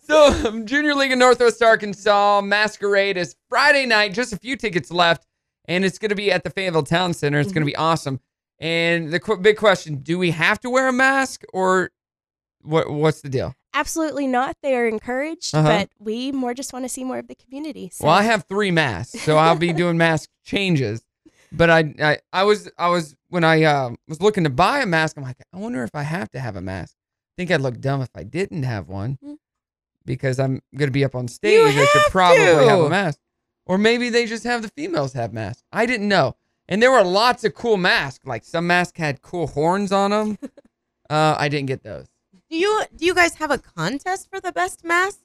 So, (laughs) um, Junior League of Northwest Arkansas Masquerade is Friday night. Just a few tickets left, and it's going to be at the Fayetteville Town Center. It's going Mm-hmm. to be awesome. And the qu- big question: Do we have to wear a mask, or what? What's the deal? Absolutely not. They are encouraged, Uh-huh. but we more just want to see more of the community. So. Well, I have three masks, so I'll (laughs) be doing mask changes. But I, I, I was, I was when I uh, was looking to buy a mask. I'm like, I wonder if I have to have a mask. I think I'd look dumb if I didn't have one, Hmm. because I'm gonna be up on stage. I should probably have to. a mask, or maybe they just have the females have masks. I didn't know. And there were lots of cool masks. Like some masks had cool horns (laughs) on them. uh, I didn't get those. Do you do you guys have a contest for the best mask?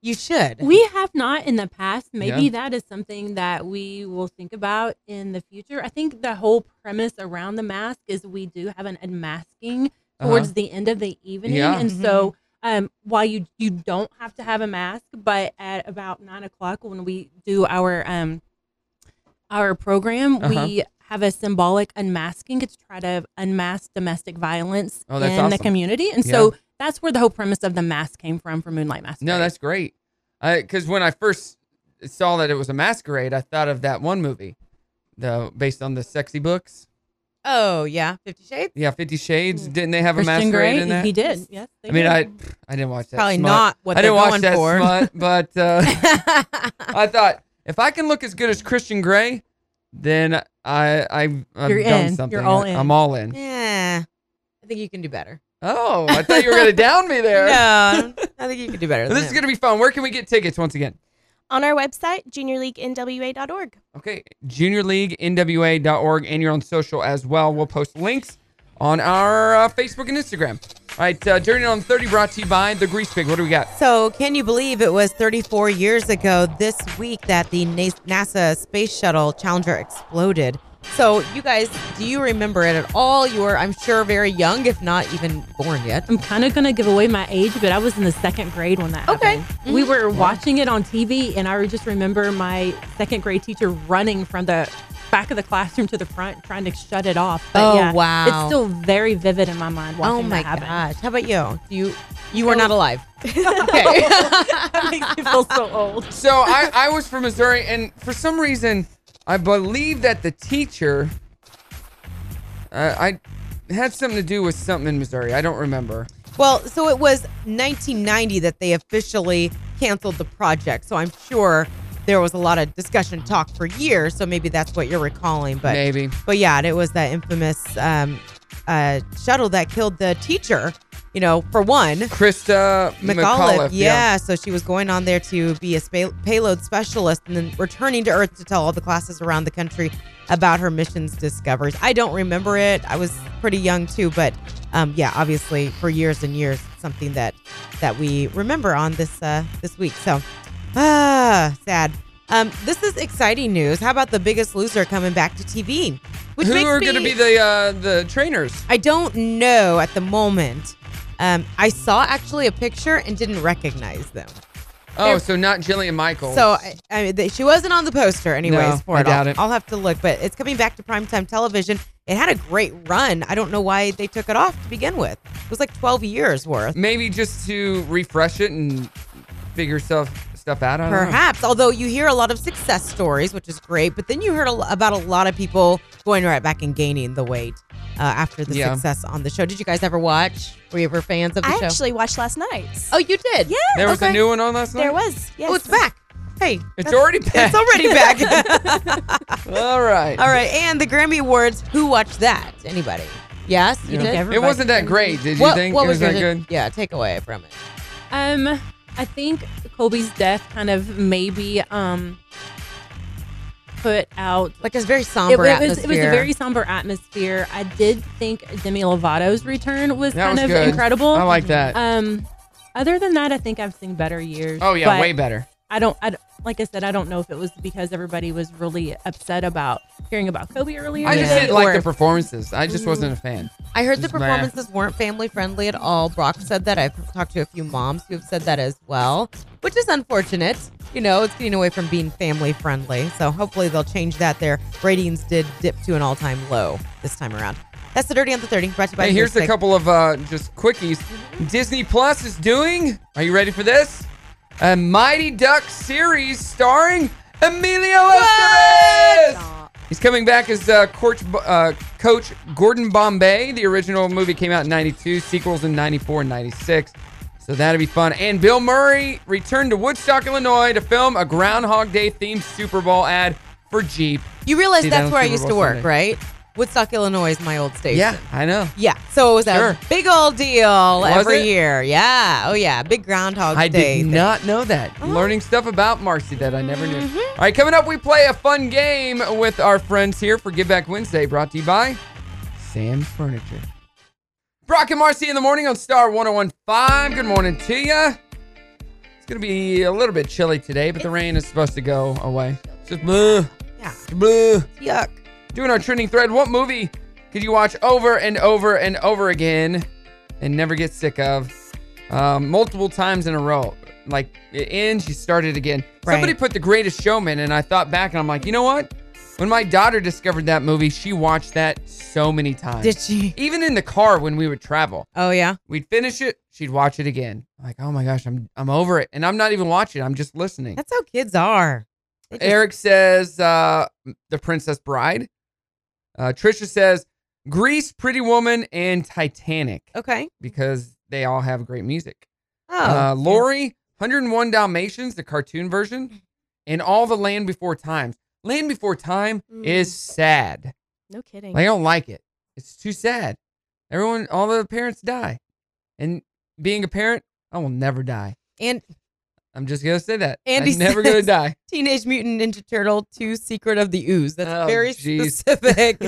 You should. We have not in the past. Maybe Yeah. that is something that we will think about in the future. I think the whole premise around the mask is we do have an unmasking towards Uh-huh. the end of the evening, Yeah. and so Mm-hmm. um, while you you don't have to have a mask, but at about nine o'clock when we do our um our program, we Uh-huh. have a symbolic unmasking to try to unmask domestic violence Oh, in that's the awesome. community, and so that's where the whole premise of the mask came from for Moonlight Mask. No, that's great. Because when I first saw that it was a masquerade, I thought of that one movie, the based on the sexy books. Oh yeah, Fifty Shades. Yeah, Fifty Shades. Hmm. Didn't they have a Christian masquerade Grey, in that? He did. Yes. they I mean, did. I pff, I didn't watch that. Probably smut. not what I didn't they're (laughs) watch going that for. smut, but uh, I thought If I can look as good as Christian Gray, then I I I've You're done in. something. You're all in. I'm all in. Yeah. I think you can do better. Oh, I thought you were (laughs) gonna down me there. (laughs) No, I think you could do better. this is gonna be fun. Where can we get tickets once again? On our website, juniorleaguenwa.org. Okay. juniorleaguenwa.org and you're on social as well. We'll post links on our uh, Facebook and Instagram. All right, uh, Journey on 30 brought to you by The Grease Pig. What do we got? So, can you believe it was 34 years ago this week that the Na- NASA space shuttle Challenger exploded? So, you guys, do you remember it at all? You were, I'm sure, very young, if not even born yet. I'm kind of going to give away my age, but I was in the second grade when that okay. happened. We Mm-hmm. were watching it on TV, and I just remember my second grade teacher running from the back of the classroom to the front trying to shut it off. Oh, yeah, wow. It's still very vivid in my mind watching Oh my that happen. gosh! How about you? You you were not (laughs) alive. that makes me feel (laughs) so old. So I, I was from Missouri, and for some reason, I believe that the teacher, uh, I had something to do with something in Missouri. I don't remember. Well, so it was 1990 that they officially canceled the project. So I'm sure there was a lot of discussion talk for years. So maybe that's what you're recalling. But Maybe. But yeah, it was that infamous um, uh, shuttle that killed the teacher. You know, for one, Krista McAuliffe, McAuliffe. yeah. yeah, so she was going on there to be a spa- payload specialist and then returning to Earth to tell all the classes around the country about her mission's discoveries. I don't remember it. I was pretty young too, but um, yeah, obviously for years and years, it's something that that we remember on this uh, this week. So ah, sad. Um, this is exciting news. How about the Biggest Loser coming back to TV? Which Who makes are me- going to be the uh, the trainers? I don't know at the moment. Um, I saw actually a picture and didn't recognize them. Oh, so not Jillian Michaels. So I, I mean, th- she wasn't on the poster, anyways. No, for I it. I'll- doubt it. I'll, have to look, but it's coming back to primetime television. It had a great run. I don't know why they took it off to begin with. It was like 12 years worth, maybe just to refresh it and figure stuff stuff out. I don't know. perhaps. Although you hear a lot of success stories, which is great, but then you heard a, lo- about a lot of people going right back and gaining the weight uh, after the Yeah. success on the show. Did you guys ever watch? Were you ever fans of the I show? actually watched last night. Oh, you did? Yeah. There was a new one on last night. There was. Yes. Oh, it's back. Hey, It's already back. it's already back. (laughs) All right. All right, and the Grammy Awards. Who watched that? Anybody? Yes, you Yeah. did. It wasn't that great. Did you What- think what it was was that your- good? Yeah, takeaway from it. Um, I think Kobe's death kind of maybe um put out Like it's very somber it, was, it was a atmosphere. very somber atmosphere. I did think Demi Lovato's return was That kind was of good. incredible. I like that. Um, other than that, I think I've seen better years. Oh, yeah, but way better. I don't. I don't- like I said, I don't know if it was because everybody was really upset about hearing about Kobe earlier. I just today, didn't like or- the performances. I just Mhm. wasn't a fan. I heard the Just meh. performances weren't family friendly at all. Brock said that. I've talked to a few moms who have said that as well, which is unfortunate. You know, it's getting away from being family friendly. So hopefully they'll change that. Their ratings did dip to an all time low this time around. That's the Dirty on the 30. Brought to you by Hey, here's a Heuristic. couple of uh, just quickies. Disney Plus is doing. Are you ready for this? A Mighty Duck series starring Emilio Estevez. He's coming back as uh, Coach, uh, Coach Gordon Bombay. The original movie came out in '92, sequels in '94 and '96. So that'll be fun. And Bill Murray returned to Woodstock, Illinois, to film a Groundhog Day themed Super Bowl ad for Jeep. You realize See, that that's was where I Super used Bowl to work, Sunday. right? Woodstock, Illinois is my old station. Yeah, I know. Yeah. So it was Sure. a big old deal Was every it? year. Yeah. Oh, yeah. Big Groundhog I Day. did thing. not know that. Learning stuff about Marcy that I never knew. All right, coming up, we play a fun game with our friends here for Give Back Wednesday, brought to you by Sam's Furniture. Brock and Marcy in the morning on Star 1015. Good morning to you. It's going to be a little bit chilly today, but the rain is supposed to go away. It's just blah. Yeah. Blah. Yuck. Doing our trending thread. What movie could you watch over and over and over again and never get sick of? Um, multiple times in a row. Like it ends, you start it again. Somebody put The Greatest Showman, and I thought back and I'm like, you know what? When my daughter discovered that movie, she watched that so many times. Did she? Even in the car when we would travel. Oh, yeah. We'd finish it, she'd watch it again. Like, oh my gosh, I'm I'm over it. And I'm not even watching, I'm just listening. That's how kids are. They just- Eric says uh, The Princess Bride. Uh, Trisha says Grease, Pretty Woman, and Titanic Okay. because they all have great music. Oh. uh, Lori, 101 Dalmatians, the cartoon version. in all the Land Before Times. Land Before Time Mm. is sad. No kidding. Like, I don't like it. It's too sad. Everyone, all the parents die, and being a parent, I will never die. And I'm just gonna say that. Andy I'm never says, gonna die. Teenage Mutant Ninja Turtle 2 (laughs) Secret of the Ooze. That's Oh, very jeez. (laughs) specific.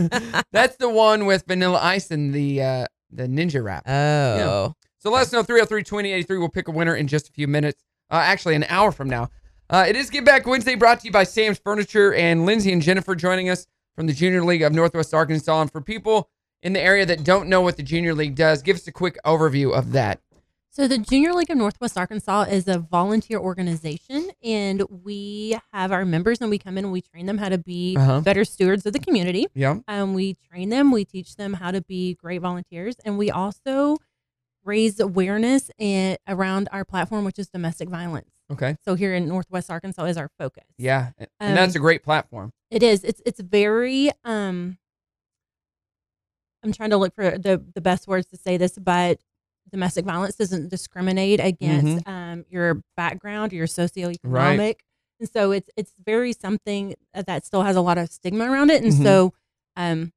That's the one with Vanilla Ice and the uh, the Ninja Rap. Oh. So let us know 303 2083. We'll pick a winner in just a few minutes. Uh, actually, an hour from now. Uh, it is Get Back Wednesday brought to you by Sam's Furniture and Lindsay and Jennifer joining us from the Junior League of Northwest Arkansas. And for people in the area that don't know what the Junior League does, give us a quick overview of that. So the Junior League of Northwest Arkansas is a volunteer organization, and we have our members, and we come in and we train them how to be Uh-huh. better stewards of the community. Yeah. Um, we train them, we teach them how to be great volunteers, and we also raise awareness in, around our platform, which is domestic violence. Okay. So here in Northwest Arkansas is our focus. Yeah. And Um, that's a great platform. It is. It's it's very um I'm trying to look for the the best words to say this, but domestic violence doesn't discriminate against um your background, your socioeconomic. And so it's it's very something that still has a lot of stigma around it. And Mhm. so um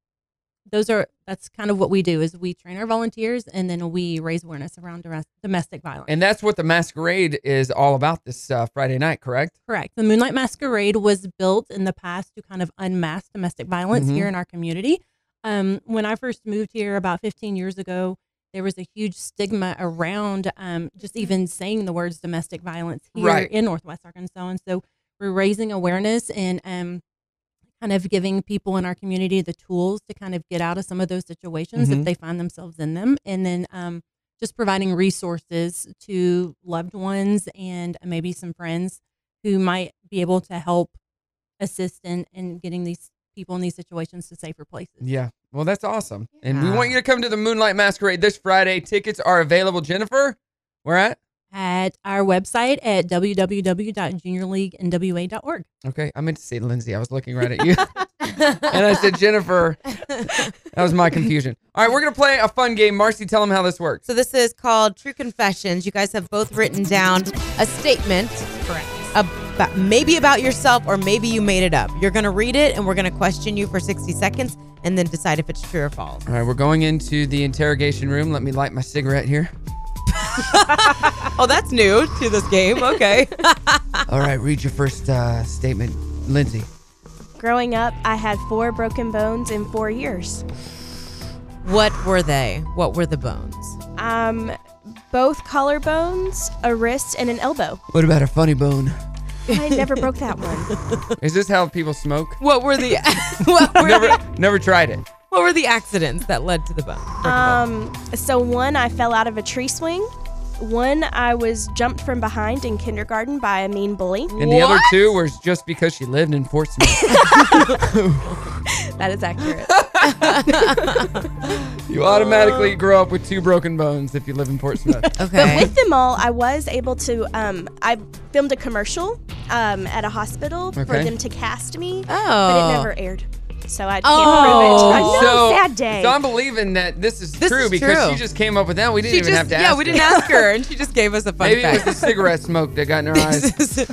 those are that's kind of what we do is we train our volunteers and then we raise awareness around domes- domestic violence. And that's what the masquerade is all about this uh, Friday night, correct? Correct. The Moonlight Masquerade was built in the past to kind of unmask domestic violence Mhm. here in our community. Um, when I first moved here about 15 years ago, there was a huge stigma around um, just even saying the words domestic violence here Right. in Northwest Arkansas. And so we're raising awareness and um, kind of giving people in our community the tools to kind of get out of some of those situations Mhm. if they find themselves in them. And then um, just providing resources to loved ones and maybe some friends who might be able to help assist in, in getting these people in these situations to safer places. Yeah. Well, that's awesome. And we want you to come to the Moonlight Masquerade this Friday. Tickets are available. Jennifer, where at? At our website at www.juniorleaguenwa.org. Okay, I meant to say Lindsay. I was looking right at you. and I said, Jennifer. That was my confusion. All right, we're going to play a fun game. Marcy, tell them how this works. So this is called True Confessions. You guys have both written down a statement, correct? About, maybe about yourself, or maybe you made it up. You're gonna read it, and we're gonna question you for 60 seconds, and then decide if it's true or false. All right, we're going into the interrogation room. Let me light my cigarette here. Oh, that's new to this game. (laughs) Okay. All right, read your first uh, statement, Lindsay. (laughs) Growing up, I had four broken bones in four years. what were they? What were the bones? Um, both collarbones, a wrist, and an elbow. What about a funny bone? I never broke that one. Is this how people smoke? (laughs) What were the never, never tried it. What were the accidents that led to the (laughs) bone? (laughs) Um, so one, I fell out of a tree swing. One, I was jumped from behind in kindergarten by a mean bully. And the other two were just because she lived in Fort Smith. That (laughs) is accurate. (laughs) you automatically grow up with two broken bones if you live in Fort Smith. But with them all, I was able to. Um, I filmed a commercial um, at a hospital for Okay. them to cast Oh. me. But it never aired. So I can't Oh. prove it. I know, so, sad day. So I'm believing that this is true is because true. she just came up with that. We didn't She even just- have to ask yeah, we didn't (laughs) ask her, and she just gave us a fun Maybe fact. it was the cigarette smoke (laughs) that got in her eyes. Uh,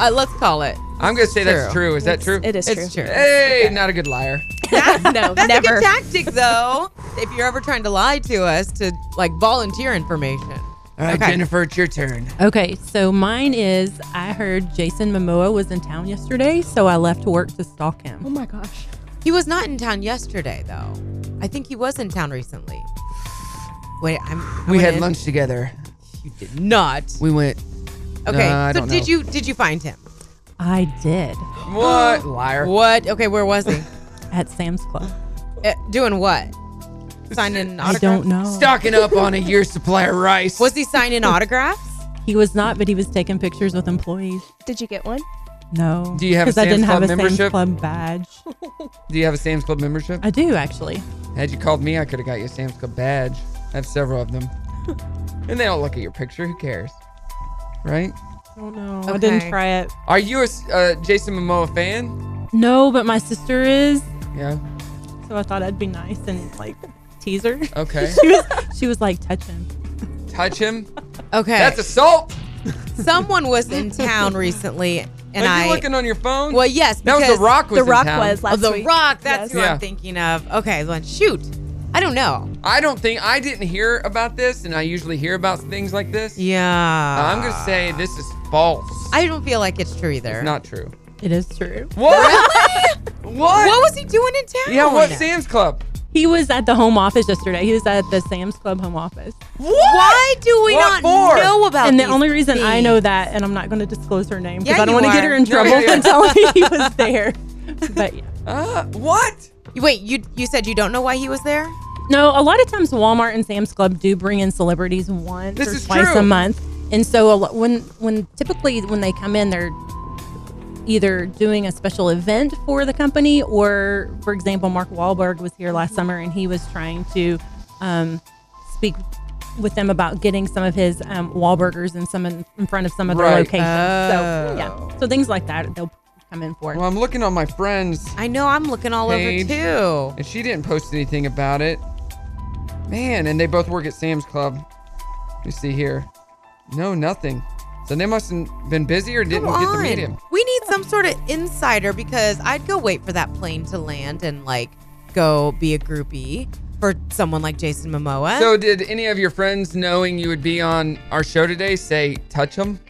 uh, let's call it. I'm going to say that's True. true. Is that It's- true? it is It's true. true. Hey, not a good liar. (laughs) (laughs) no, that's a good tactic though. (laughs) If you're ever trying to lie to us, to like volunteer information. All right, Okay. Jennifer, it's your turn. Okay, so mine is I heard Jason Momoa was in town yesterday, so I left work to stalk Oh him. my gosh. He was not in town yesterday though. I think he was in town recently. Wait, I'm. I We went had in- lunch together. You did not. We went. Okay, Nah, Uh, I so don't did know. you did you find him? I did. Oh, What? Liar. What? Okay, where was he? (laughs) At Sam's Club. Uh, doing what? Signing I autographs. don't know. Stocking up on a year's supply of rice. Was he (laughs) signing autographs? He was not, but he was taking pictures with employees. Did you get one? No. Do you have a 'Cause I Sam's didn't Club have a membership? Sam's Club badge. Do you have a Sam's Club membership? I do, actually. Had you called me, I could have got you a Sam's Club badge. I have several of (laughs) them. and they don't look at your picture. Who cares? Right? I don't know. Oh, I didn't Okay. try it. Are you a s- uh, Jason Momoa fan? No, but my sister is, (laughs) Yeah. so I thought I'd be nice and like tease her. Okay. (laughs) she was she was like touch him. Touch him. Okay. That's assault. Someone was in town recently and Are I you looking on your phone? Well, yes. That was because the Rock was the in Rock town. was last oh, the week. Rock. That's Yes. who Yeah. I'm thinking of. Okay, well, shoot. I don't know. I don't think I didn't hear about this, and I usually hear about things like this. Yeah. I'm gonna say this is false. I don't feel like it's true either. It's not true. It is true. What? Really? (laughs) what? What was he doing in town? Yeah, what Sam's Club? He was at the home office yesterday. He was at the Sam's Club home office. Why do we not What for? know about And the these only reason I things? know that, and I'm not going to disclose her name because Yeah, I don't you want to get are. her in No, trouble you are. (laughs) and tell me he was there. But yeah. Uh, what? Wait, you you said you don't know why he was there? No, a lot of times Walmart and Sam's Club do bring in celebrities once This or is twice true. a month, and so a lot, when when typically when they come in, they're either doing a special event for the company, or for example, Mark Wahlberg was here last summer and he was trying to um, speak with them about getting some of his um, Wahlburgers in some in, in front of some of their Right. locations. Oh. So yeah, so things like that they'll come in for. Well, I'm looking on my friends. I know I'm looking all over too. And she didn't post anything about it. Man, and they both work at Sam's Club. You see here. No, nothing. So they must have been busy or didn't Come get to on. meet him. We need some sort of insider because I'd go wait for that plane to land and like go be a groupie for someone like Jason Momoa. So did any of your friends knowing you would be on our show today say touch him?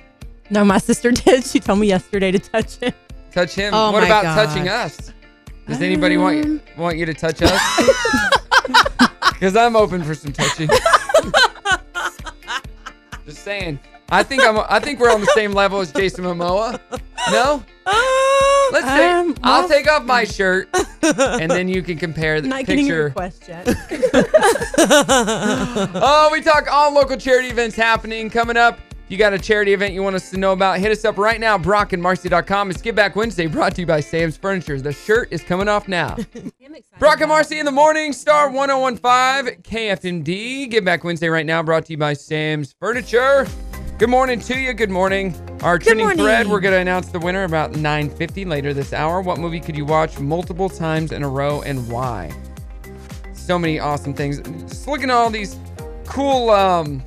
No, my sister (laughs) did. She told me yesterday to touch him. Touch him. Oh what my about gosh. Um, touching us? Does anybody want you, want you to touch (laughs) us? Because I'm open for (laughs) some touching. Just saying. I think I'm. I think we're on the same level as Jason Momoa. No. (laughs) Let's take. Um, I'll well- take off my shirt, and then you can compare the Not getting your picture. request yet. (laughs) Oh, we talk all local charity events happening coming up. If you got a charity event you want us to know about, hit us up right now, brockandmarcy.com. It's Give Back Wednesday brought to you by Sam's Furniture. The shirt is coming off now. Brock and Marcy in the morning, star 1015 KFMD. Give Back Wednesday right now brought to you by Sam's Furniture. Good morning to you. Good morning. Our trending morning. thread, we're going to announce the winner about 9.50 later this hour. What movie could you watch multiple times in a row and why? so many awesome things. Just looking at all these cool um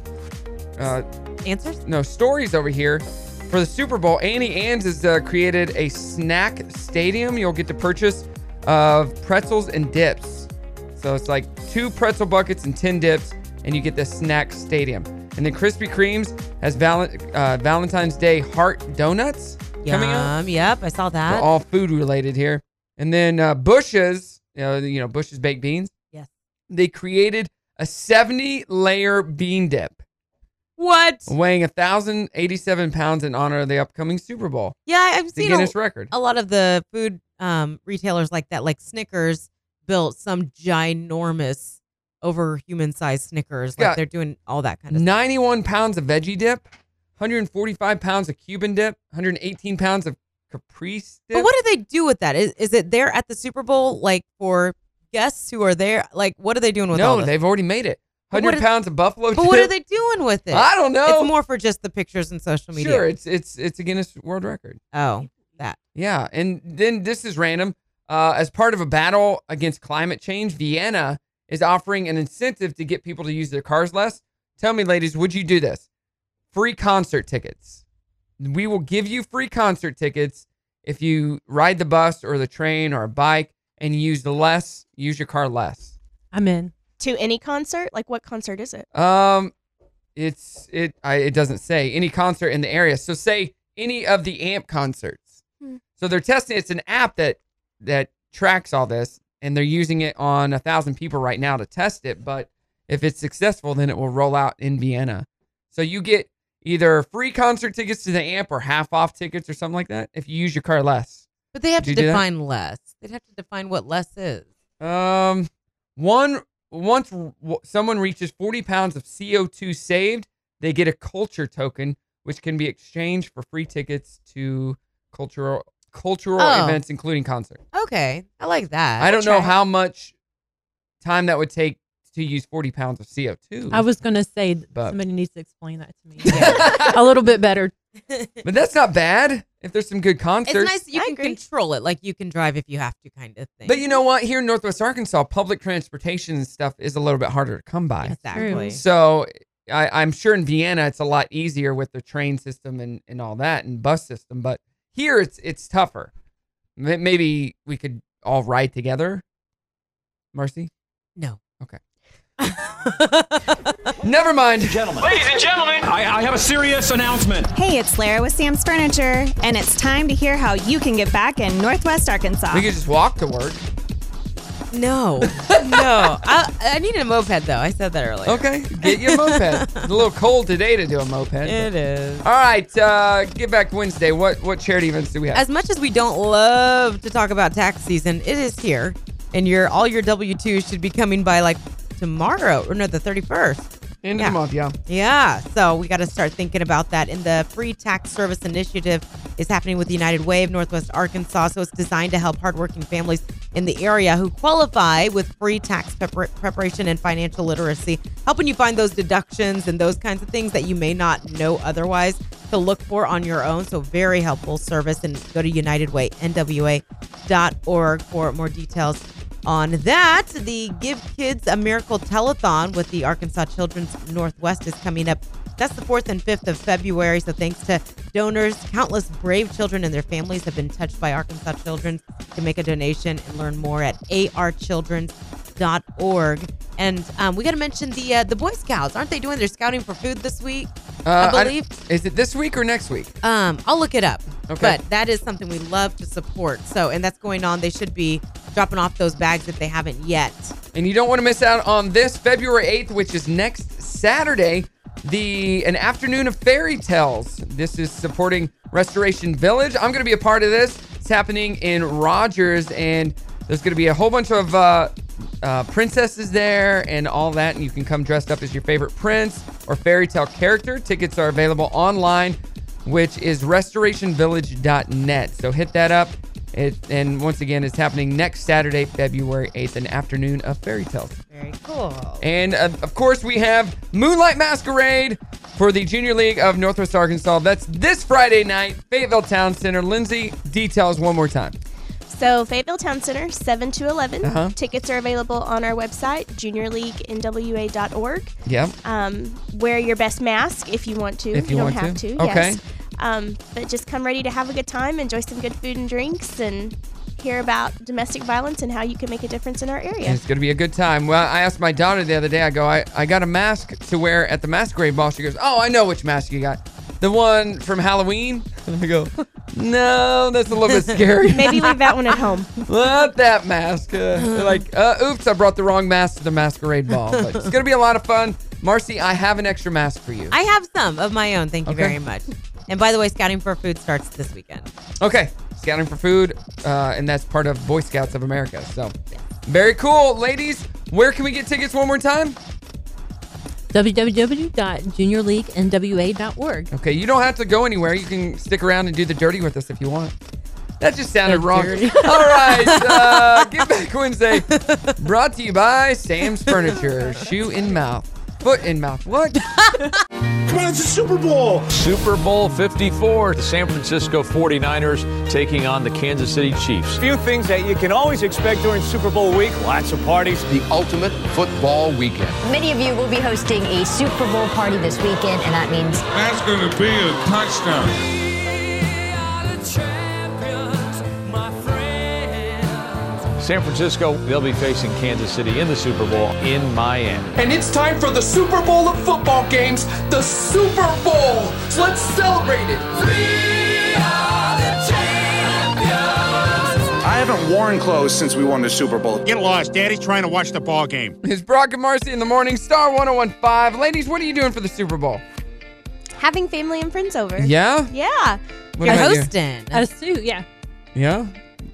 uh answers? No, stories over here. For the Super Bowl, Annie Ann's has uh, created a snack stadium. You'll get to purchase of pretzels and dips. So it's like two pretzel buckets and 10 dips, and you get the snack stadium. And then Krispy Kreme's has val- uh, Valentine's Day heart donuts coming up. Yum, Yep, I saw So that. all food related here. And then uh, Bush's, you know, you know, Bush's baked beans. Yes. They created a 70 layer bean dip, what? weighing 1,087 pounds in honor of the upcoming Super Bowl. Yeah, I- I've The seen Guinness a, record. a lot of the food um, retailers like that, like Snickers, built some ginormous, over human sized Snickers. Like Yeah. they're doing all that kind of. 91 pounds of veggie dip, 145 pounds of Cuban dip, 118 pounds of caprice dip. But what do they do with that? Is is it there at the Super Bowl, like for guests who are there? Like, what are they doing with all no, this? they've already made it. But what 100 are- pounds of buffalo But what dip. are they doing with it? I don't know. It's more for just the pictures and social media. Sure, it's it's it's a Guinness World Record. Oh, that. Yeah, and then this is random. Uh, as part of a battle against climate change, Vienna is offering an incentive to get people to use their cars less. Tell me, ladies, would you do this? Free concert tickets. We will give you free concert tickets if you ride the bus or the train or a bike and use less, use your car less. I'm in. To any concert? Like what concert is it? Um, it's it I, it doesn't say any concert in the area. So say any of the AMP concerts. Hmm. So they're testing. It's an app that that tracks all this, and they're using it on a thousand people right now to test it. But if it's successful, then it will roll out in Vienna. So you get either free concert tickets to the AMP or half off tickets or something like that if you use your car less. But they have Would to you do that? define less. They'd have to define what less is. Um, one once w- someone reaches 40 pounds of CO2 saved, they get a culture token, which can be exchanged for free tickets to cultural cultural Oh. Ah, events, including concerts. Okay, I like that. I don't know how much time that would take to use 40 pounds of CO2. I was going to say that But- somebody needs to explain that to me (laughs) a little (laughs) bit better. but that's not bad if there's some good It's concerts. nice that you can control it, like you can drive if you have to, kind of thing. But you know what? Here in Northwest Arkansas, public transportation and stuff is a little bit harder to come by. Exactly. True. So I, I'm sure in Vienna it's a lot easier with the train system and, and all that and bus system. But Here, it's it's tougher. M- Maybe we could all ride together. Mercy. No. Okay. Never mind. Gentlemen. Ladies and gentlemen, I, I have a serious announcement. Hey, it's Lara with Sam's Furniture, and it's time to hear how you can get back in Northwest Arkansas. We could just walk to work. No, no. I, Uh, I need a moped though. I said that earlier. Okay, get you a moped. it's a little cold today to do a moped. It is. All right, uh, get back Wednesday. What what charity events do we have? As much as we don't love to talk about tax season, it is here, and your all your W twos should be coming by like tomorrow or no, the thirty first. End of the month, yeah. Yeah, so we got to start thinking about that. And the free tax service initiative is happening with United Way of Northwest Arkansas. So it's designed to help hardworking families in the area who qualify with free tax prepar- preparation and financial literacy, helping you find those deductions and those kinds of things that you may not know otherwise to look for on your own. So very helpful service. And go to UnitedWayNWA.org for more details. On that, the Give Kids a Miracle Telethon with the Arkansas Children's Northwest is coming up. That's the 4th and 5th of February. So, thanks to donors, countless brave children and their families have been touched by Arkansas Children. To make a donation and learn more at archildren.org. And um, we got to mention the uh, the Boy Scouts. Aren't they doing their scouting for food this week? Uh, I believe. is it this week or next week? Um, I'll look it up. Okay. But that is something we love to support. So, and that's going on. They should be dropping off those bags if they haven't yet. And you don't want to miss out on this February 8th, which is next Saturday, the an afternoon of fairy tales. This is supporting Restoration Village. I'm going to be a part of this. It's happening in Rogers, and there's going to be a whole bunch of uh, uh, princesses there and all that. And you can come dressed up as your favorite prince or fairy tale character. Tickets are available online, which is restorationvillage.net. So hit that up. It, and once again, it's happening next Saturday, February 8th, an afternoon of fairy tales. Very cool. And uh, of course, we have Moonlight Masquerade for the Junior League of Northwest Arkansas. That's this Friday night, Fayetteville Town Center. Lindsay, details one more time. So, Fayetteville Town Center, 7 to 11. Uh-huh. Tickets are available on our website, juniorleaguenwa.org. Yeah. Um, wear your best mask if you want to. If you don't want have to. to. Okay. Yes. Um, but just come ready to have a good time, enjoy some good food and drinks, and hear about domestic violence and how you can make a difference in our area. And It's going to be a good time. Well, I asked my daughter the other day, I go, I, I got a mask to wear at the masquerade ball. She goes, Oh, I know which mask you got. The one from Halloween? (laughs) And I go, No, that's a (laughs) little bit scary. (laughs) Maybe leave that one at home. Not that mask. Uh, they're like, uh, oops, I brought the wrong mask to the masquerade ball. But it's going to be a lot of fun. Marcy, I have an extra mask for you. I have some of my own. Thank you Okay. very much. And by the way, Scouting for Food starts this weekend. Okay, scouting for food, uh, and that's part of Boy Scouts of America. So, very cool. Ladies, where can we get tickets one more time? www.juniorleaguenwa.org. Okay, you don't have to go anywhere. You can stick around and do the dirty with us if you want. That just sounded wrong. dirty. (laughs) All right, uh, Get Back Wednesday, brought to you by Sam's Furniture. Shoe in mouth, foot in mouth. What? Come on, it's the Super Bowl. Super Bowl 54, the San Francisco 49ers taking on the Kansas City Chiefs. Few things that you can always expect during Super Bowl week. Lots of parties. The ultimate football weekend. Many of you will be hosting a Super Bowl party this weekend, and that means That's going to be a touchdown. San Francisco, they'll be facing Kansas City in the Super Bowl in Miami. And it's time for the Super Bowl of football games, the Super Bowl. So let's celebrate it. I haven't worn clothes since we won the Super Bowl. Get lost. Daddy's trying to watch the ball game. It's Brock and Marcy in the morning, Star 1015. Ladies, what are you doing for the Super Bowl? Having family and friends over. Yeah? Yeah. What You're about you? A suit, yeah. Yeah.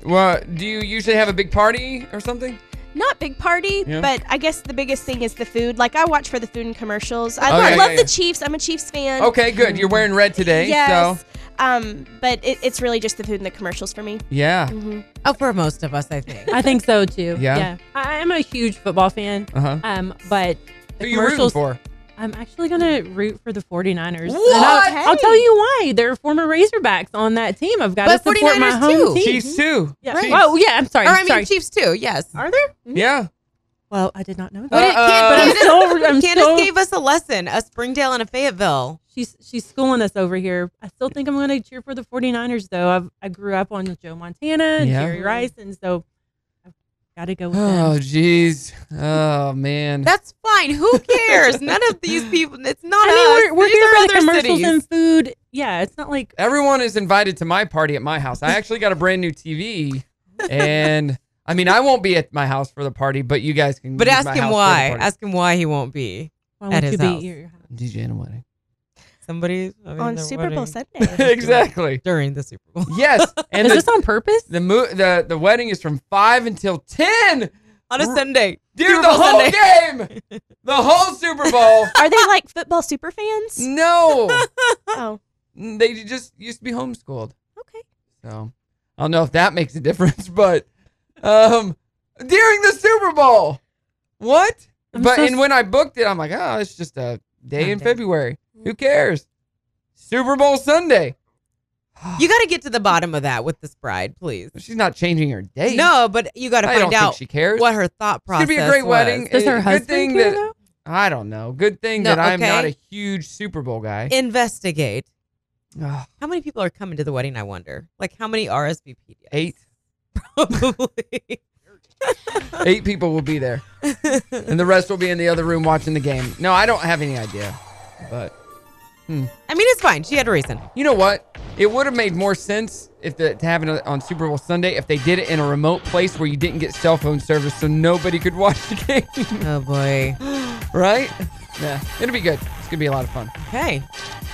Well, do you usually have a big party or something? Not big party, Yeah. but I guess the biggest thing is the food. Like I watch for the food and commercials. I, Oh, I yeah, love yeah, yeah. the Chiefs. I'm a Chiefs fan. Okay, good. You're wearing red today, Yes. so Um, but it, it's really just the food and the commercials for me. Mm-hmm. yeah. Oh, for most of us, I think. I think so too. Yeah? I, I'm a huge football fan. Uh-huh. Um, but the Who you rooting commercials- for? I'm actually gonna root for the 49ers. And What? I'll, I'll tell you why. They're former Razorbacks on that team. I've got But to support my 49ers home too. team. Chiefs too. Yeah. Right. Oh yeah. I'm sorry. Or, I'm I mean, sorry. Chiefs too. Yes. Are there? Yeah. Well, I did not know Mm-hmm. But that. it, Candace, but I'm so, I'm Candace so gave us a lesson, a Springdale and a Fayetteville. she's she's schooling us over here. I still think I'm going to cheer for the 49ers though. I've, I grew up on Joe Montana and Yeah. Jerry Rice, and so I've got to go with Oh, them. jeez. Oh, man. That's fine. Who cares? None of these people. It's not I us. mean, we're, we're These here are for the other commercials cities. and food. Yeah, it's not like Everyone is invited to my party at my house. I actually got a brand new TV, and I mean, I won't be at my house for the party, but you guys can. But use ask my him house for the why. party. Ask him why he won't be Why at won't his you be house. at your DJ and a wedding. Somebody I mean, On they're Super Bowl wedding. Sunday. (laughs) exactly during the Super Bowl. Yes, and Is the, this on purpose? the mo- the the wedding is from five until ten. on a Sunday. Dude, the whole game, the whole Super Bowl. (laughs) Are they like football super fans? No, (laughs) Oh, Mm, they just used to be homeschooled. okay. So I don't know if that makes a difference, (laughs) but um, during the Super Bowl, what? I'm but so and when I booked it, I'm like, oh, it's just a day in Sunday. February. Who cares? Super Bowl Sunday. (sighs) You got to get to the bottom of that with this bride, please. She's not changing her date. No, but you got to I find don't think out she cares. what her thought it's gonna process. be a great was. wedding. Does Uh, her good husband thing care, that- though? I don't know. Good thing No, that I'm not okay. a huge Super Bowl guy. Investigate. Ugh, How many people are coming to the wedding? I wonder. Like how many RSVP? eight, Probably. (laughs) eight people will be there, and the rest will be in the other room watching the game. No, I don't have any idea, but. hmm. I mean, it's fine. She had a reason. You know what? It would have made more sense if the, to have it on Super Bowl Sunday if they did it in a remote place where you didn't get cell phone service, so nobody could (laughs) watch the game. Oh boy. right? Yeah, it'll be good. It's gonna be a lot of fun. Okay.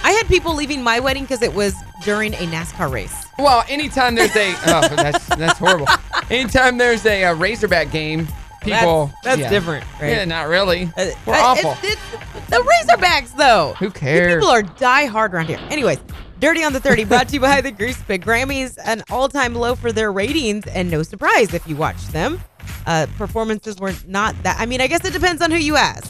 I had people leaving my wedding because it was during a NASCAR race. Well, anytime there's a oh, that's that's horrible. Anytime there's a, uh Razorback game, people That's- that's yeah. different, right? Yeah, not really. We're Uh, awful. it's- it's- the Razorbacks, though. Who cares? You people are die hard around here. Anyways, Dirty on the 30 brought to you by the Grease Pig. Grammys, an all time low for their ratings, and no surprise if you watch them. Uh, performances were not that. I mean, I guess it depends on who you ask,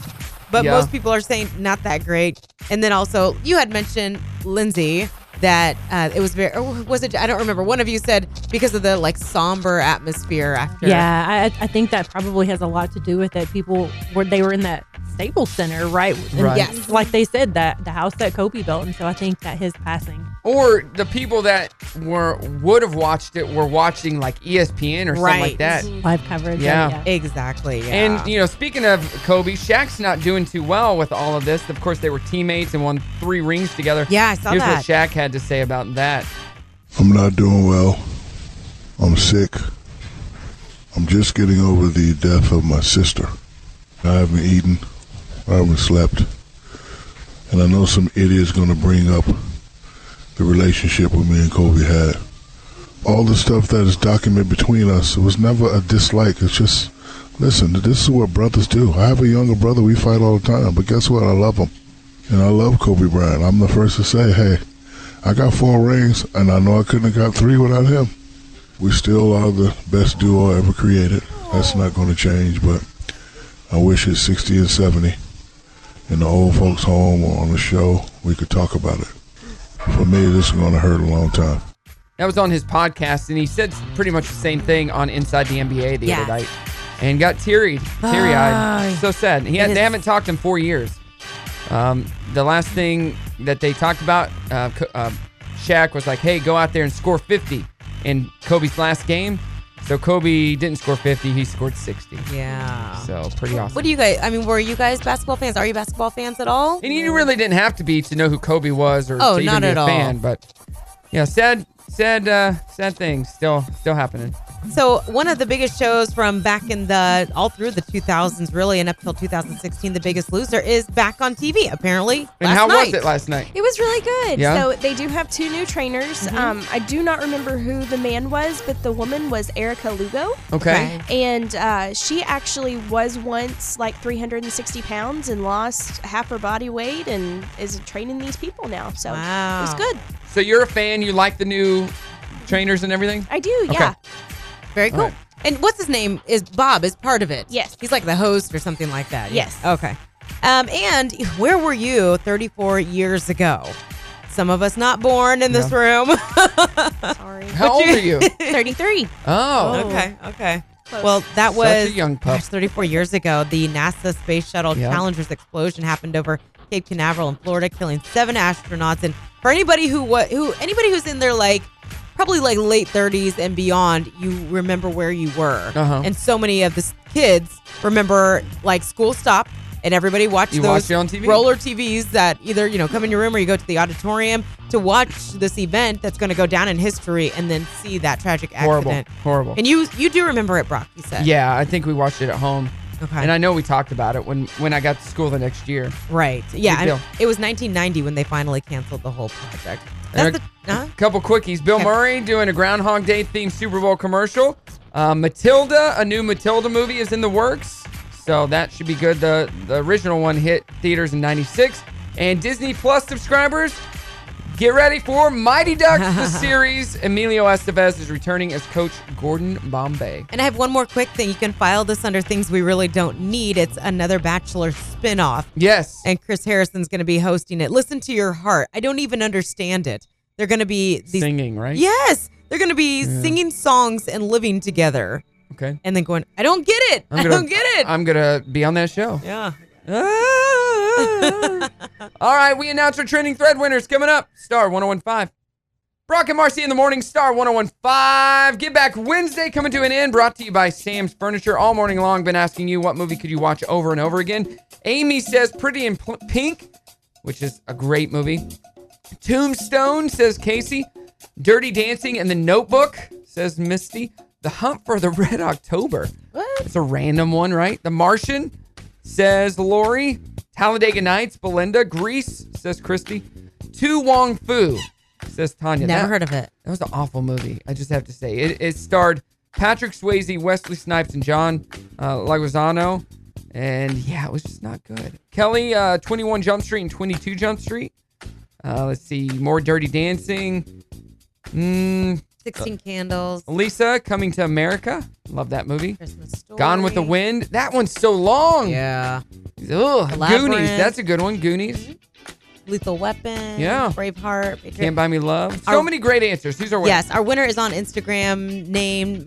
but Yeah. most people are saying not that great. And then also, you had mentioned Lindsay that uh, it was very, or was it? I don't remember. One of you said because of the like somber atmosphere after. Yeah, I, I- I think that probably has a lot to do with it. People were they were in that Staples Center, right? And Right. Yes. like they said that the house that Kobe built, and so I think that his passing. or the people that were would have watched it were watching like E ESPN or something Right. like that. Live coverage. Yeah. Exactly. yeah. And you know, speaking of Kobe, Shaq's not doing too well with all of this. Of course, they were teammates and won three rings together. Yeah, I saw Here's that. what Shaq had to say about that. I'm not doing well. I'm sick. I'm just getting over the death of my sister. I haven't eaten. I haven't slept. And I know some idiot's going to bring up the relationship with me and Kobe had. All the stuff that is documented between us, it was never a dislike. It's just, listen, this is what brothers do. I have a younger brother. We fight all the time. But guess what? I love him. And I love Kobe Bryant. I'm the first to say, hey, I got four rings, and I know I couldn't have got three without him. We still are the best duo ever created. That's not going to change, but I wish at 60 and 70 in the old folks' home or on the show, we could talk about it. For me, this is going to hurt a long time. That was on his podcast, and he said pretty much the same thing on Inside the NBA the Yeah. other night, and got teary, teary eyed. So sad. He had, they haven't talked in four years. Um, the last thing that they talked about, uh, Co- uh, Shaq was like, "Hey, go out there and score 50." In Kobe's last game, so Kobe didn't score 50; he scored 60. Yeah. So pretty awesome. What do you guys? I mean, were you guys basketball fans? Are you basketball fans at all? And you really didn't have to be to know who Kobe was or Oh, to even not be at a all. fan, but yeah, sad, sad, uh, sad things still, still happening. So one of the biggest shows from back in the all through the 2000s, really, and up till 2016, The Biggest Loser is back on TV. Apparently, And last how night. was it last night? It was really good. Yeah? So they do have two new trainers. Mm-hmm. Um, I do not remember who the man was, but the woman was Erica Lugo. Okay. And uh, she actually was once like 360 pounds and lost half her body weight and is training these people now. So it was Wow. good. So you're a fan. You like the new trainers and everything. I do, Okay. yeah. Very cool. All right. And what's his name? Is Bob is part of it? Yes. He's like the host or something like that. Yes. Okay. Um, and where were you 34 years ago? Some of us not born in this room. (laughs) Sorry. How old are you? 33. Oh, Okay. Okay. Close. Well, that was young pup. gosh, 34 years ago. The NASA space shuttle Yeah. Challenger's explosion happened over Cape Canaveral in Florida, killing seven astronauts. And for anybody who wa- who anybody who's in their like probably like late 30s and beyond, you remember where you were. Uh-huh. And so many of the s- kids remember like school stop. And everybody watched You those watched it on TV? roller TVs that either you know come in your room or you go to the auditorium to watch this event that's going to go down in history, and then see that tragic Horrible. accident. Horrible. And you you do remember it, Brock? You said. Yeah, I think we watched it at home. Okay. And I know we talked about it when when I got to school the next year. Right. Yeah. Big I- deal. It was 1990 when they finally canceled the whole project. And That's the. a, Huh? a couple quickies. Bill Murray doing a Groundhog Day themed Super Bowl commercial. Uh, Matilda, a new Matilda movie is in the works, so that should be good. The the original one hit theaters in '96, and Disney Plus subscribers. Get ready for Mighty (laughs) Ducks, the series. Emilio Estevez is returning as Coach Gordon Bombay. And I have one more quick thing. You can file this under things we really don't need. It's another Bachelor spinoff. Yes. And Chris Harrison's going to be hosting it. Listen to your heart. I don't even understand it. They're going to be these, Singing, right? Yes. They're going to be Yeah. singing songs and living together. Okay. And then going, I don't get it. I don't get it. I'm gonna be on that show. Yeah. Ah. (laughs) All right, we announce our trending thread winners coming up. Star 1015. Brock and Marcy in the morning, Star 1015. Get back Wednesday coming to an end, brought to you by Sam's Furniture. All morning long, been asking you what movie could you watch over and over again. Amy says Pretty in Pl- Pink, which is a great movie. Tombstone, says Casey. Dirty Dancing and The Notebook, says Misty. The Hunt for the (laughs) Red October. What? It's a random one, right? The Martian, says Lori. Talladega Nights, Belinda. Grease, says Christy. Tu Wong Fu, says Tanya. Never That- heard of it. That was an awful movie. I just have to say. It, it starred Patrick Swayze, Wesley Snipes, and John uh, Leguizamo. And yeah, it was just not good. Kelly, uh, 21 Jump Street and 22 Jump Street. Uh, let's see, more Dirty Dancing. Mm, 16 candles. Lisa, Coming to America. Love that movie. Christmas Story. Gone with the Wind. That one's so long. Yeah. Ugh. Goonies. Labyrinth. Mm-hmm. That's a good one. Goonies. Lethal Weapon. Yeah. Braveheart. Patriot- Can't Buy Me Love. So Our- many great answers. These are Yes, our winner is on Instagram named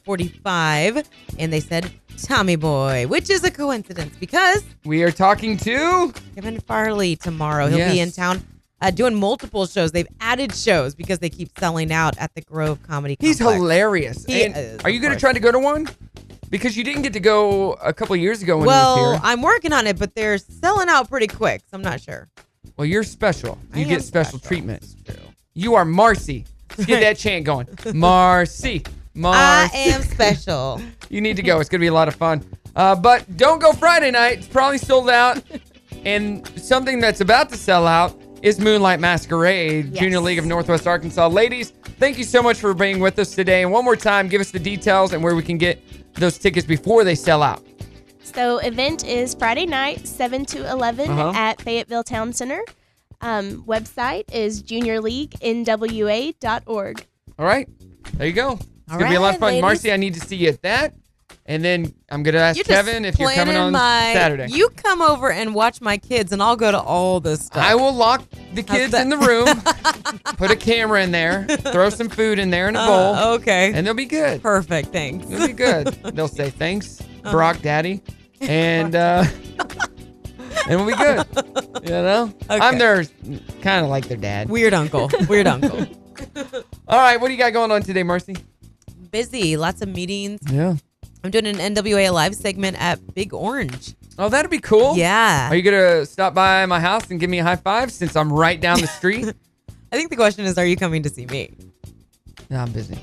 MRSA1245, and they said Tommy Boy, which is a coincidence because we are talking to Kevin Farley tomorrow. He'll be Yes. in town uh, doing multiple shows. They've added shows because they keep selling out at the Grove Comedy. He's Complex. hilarious. He And is, are you of going to course. try to go to one? Because you didn't get to go a couple years ago when you were Well, here. I'm working on it, but they're selling out pretty quick, so I'm not sure. Well, you're special. I You am get special, treatment. You are Marcy. Let's get that chant (laughs) going. Marcy. Marcy. I am special. (laughs) You need to go. It's going to be a lot of fun. Uh, but don't go Friday night. It's probably sold out. and something that's about to sell out is Moonlight Masquerade, Junior League of Northwest Arkansas. Ladies, thank you so much for being with us today. And one more time, give us the details and where we can get those tickets before they sell out. So event is Friday night, 7 to 11 Uh-huh. at Fayetteville Town Center. Um, website is juniorleaguenwa.org. All right. There you go. It's All gonna be a lot right, of fun. ladies. Marcy, I need to see you at that. And then I'm gonna ask You're just Kevin if you're coming planning on my, Saturday. You come over and watch my kids, and I'll go to all this stuff. I will lock the kids in the room, (laughs) put a camera in there, throw some food in there in a bowl. Uh, okay. And they'll be good. Perfect. Thanks. Uh-huh. They'll be (laughs) good. they'll say thanks, Brock Daddy. (laughs) And uh and we'll be good. You know? I'm their kind of like their dad. Weird uncle. Weird uncle. (laughs) All right, what do you got going on today, Marcy? Busy. Lots of meetings. Yeah. I'm doing an NWA live segment at Big Orange. Oh, that'd be cool. Yeah. Are you gonna stop by my house and give me a high five since I'm right down the street? (laughs) I think the question is, are you coming to see me? no, I'm busy.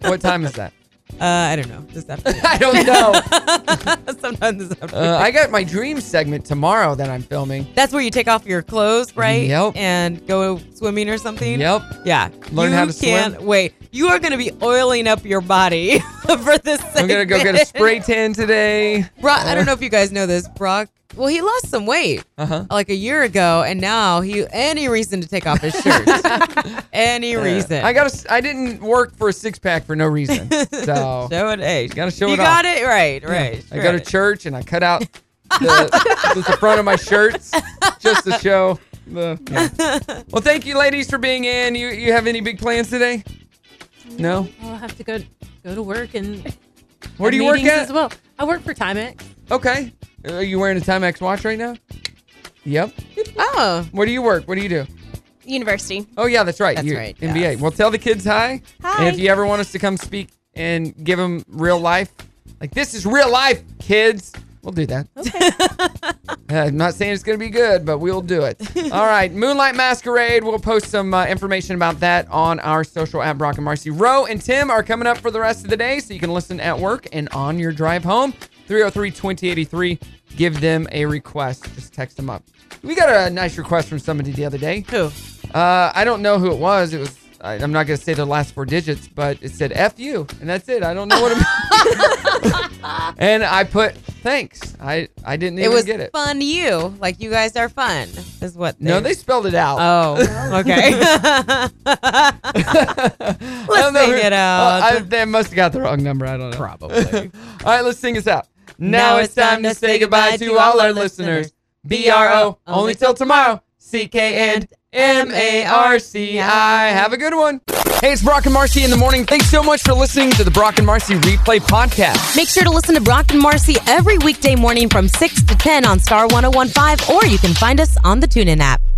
what time is that? Uh, I don't know. This afternoon. (laughs) I don't know. (laughs) Sometimes this afternoon. Uh, I got my dream segment tomorrow that I'm filming. That's where you take off your clothes, right? Yep. And go swimming or something. Yep. Yeah. Learn you how to can't swim. Wait. You are going to be oiling up your body (laughs) for this. Segment. I'm gonna go get a spray tan today. Brock, I don't know if you guys know this, Brock. Well, he lost some weight Uh-huh. like a year ago, and now he any reason to take off his (laughs) shirt, any reason. I got. A, s- I didn't work for a six pack for no reason. So (laughs) show it. Hey, gotta show You it. got off. it right, right, I go to right. church and I cut out the, (laughs) just the front of my shirts just to show. The, yeah. Well, thank you, ladies, for being in. You you have any big plans today? No. I'll have to go go to work and Where have do you work meetings at? As well, I work for Timex. Okay. Are you wearing a Timex watch right now? Yep. Oh. Where do you work? What do you do? University. Oh yeah, that's right. That's right, NBA. Well, tell the kids hi. Hi. And if you ever want us to come speak and give them real life, like this is real life, kids. We'll do that. Okay. Uh, I'm not saying it's going to be good, but we'll do (laughs) it. All right, Moonlight Masquerade. We'll post some uh, information about that on our social at Brock and Marcy. Roe and Tim are coming up for the rest of the day, so you can listen at work and on your drive home. 303-2083. Give them a request. Just text them up. We got a nice request from somebody the other day. Who? Uh, I don't know who it was. It was. I, I'm not going to say the last four digits, but it said "F you," and that's it. I don't know (laughs) what it meant. (laughs) and I put thanks. I I didn't It even was get it. fun you. Like you guys are (laughs) fun is what No, they spelled it out. (laughs) Oh, okay. (laughs) I don't Let's know sing who- it Oh, I, out. they must have got the wrong number. I don't know. Probably. (laughs) all right, let's sing this out. Now it's time to say goodbye to all our listeners. B R O, only till tomorrow. C K and M A R C I. Have a good one. Hey, it's Brock and Marcy in the morning. Thanks so much for listening to the Brock and Marcy Replay Podcast. Make sure to listen to Brock and Marcy oh every weekday morning from 6 to 10 on Star 1015, or you can find us on the TuneIn app.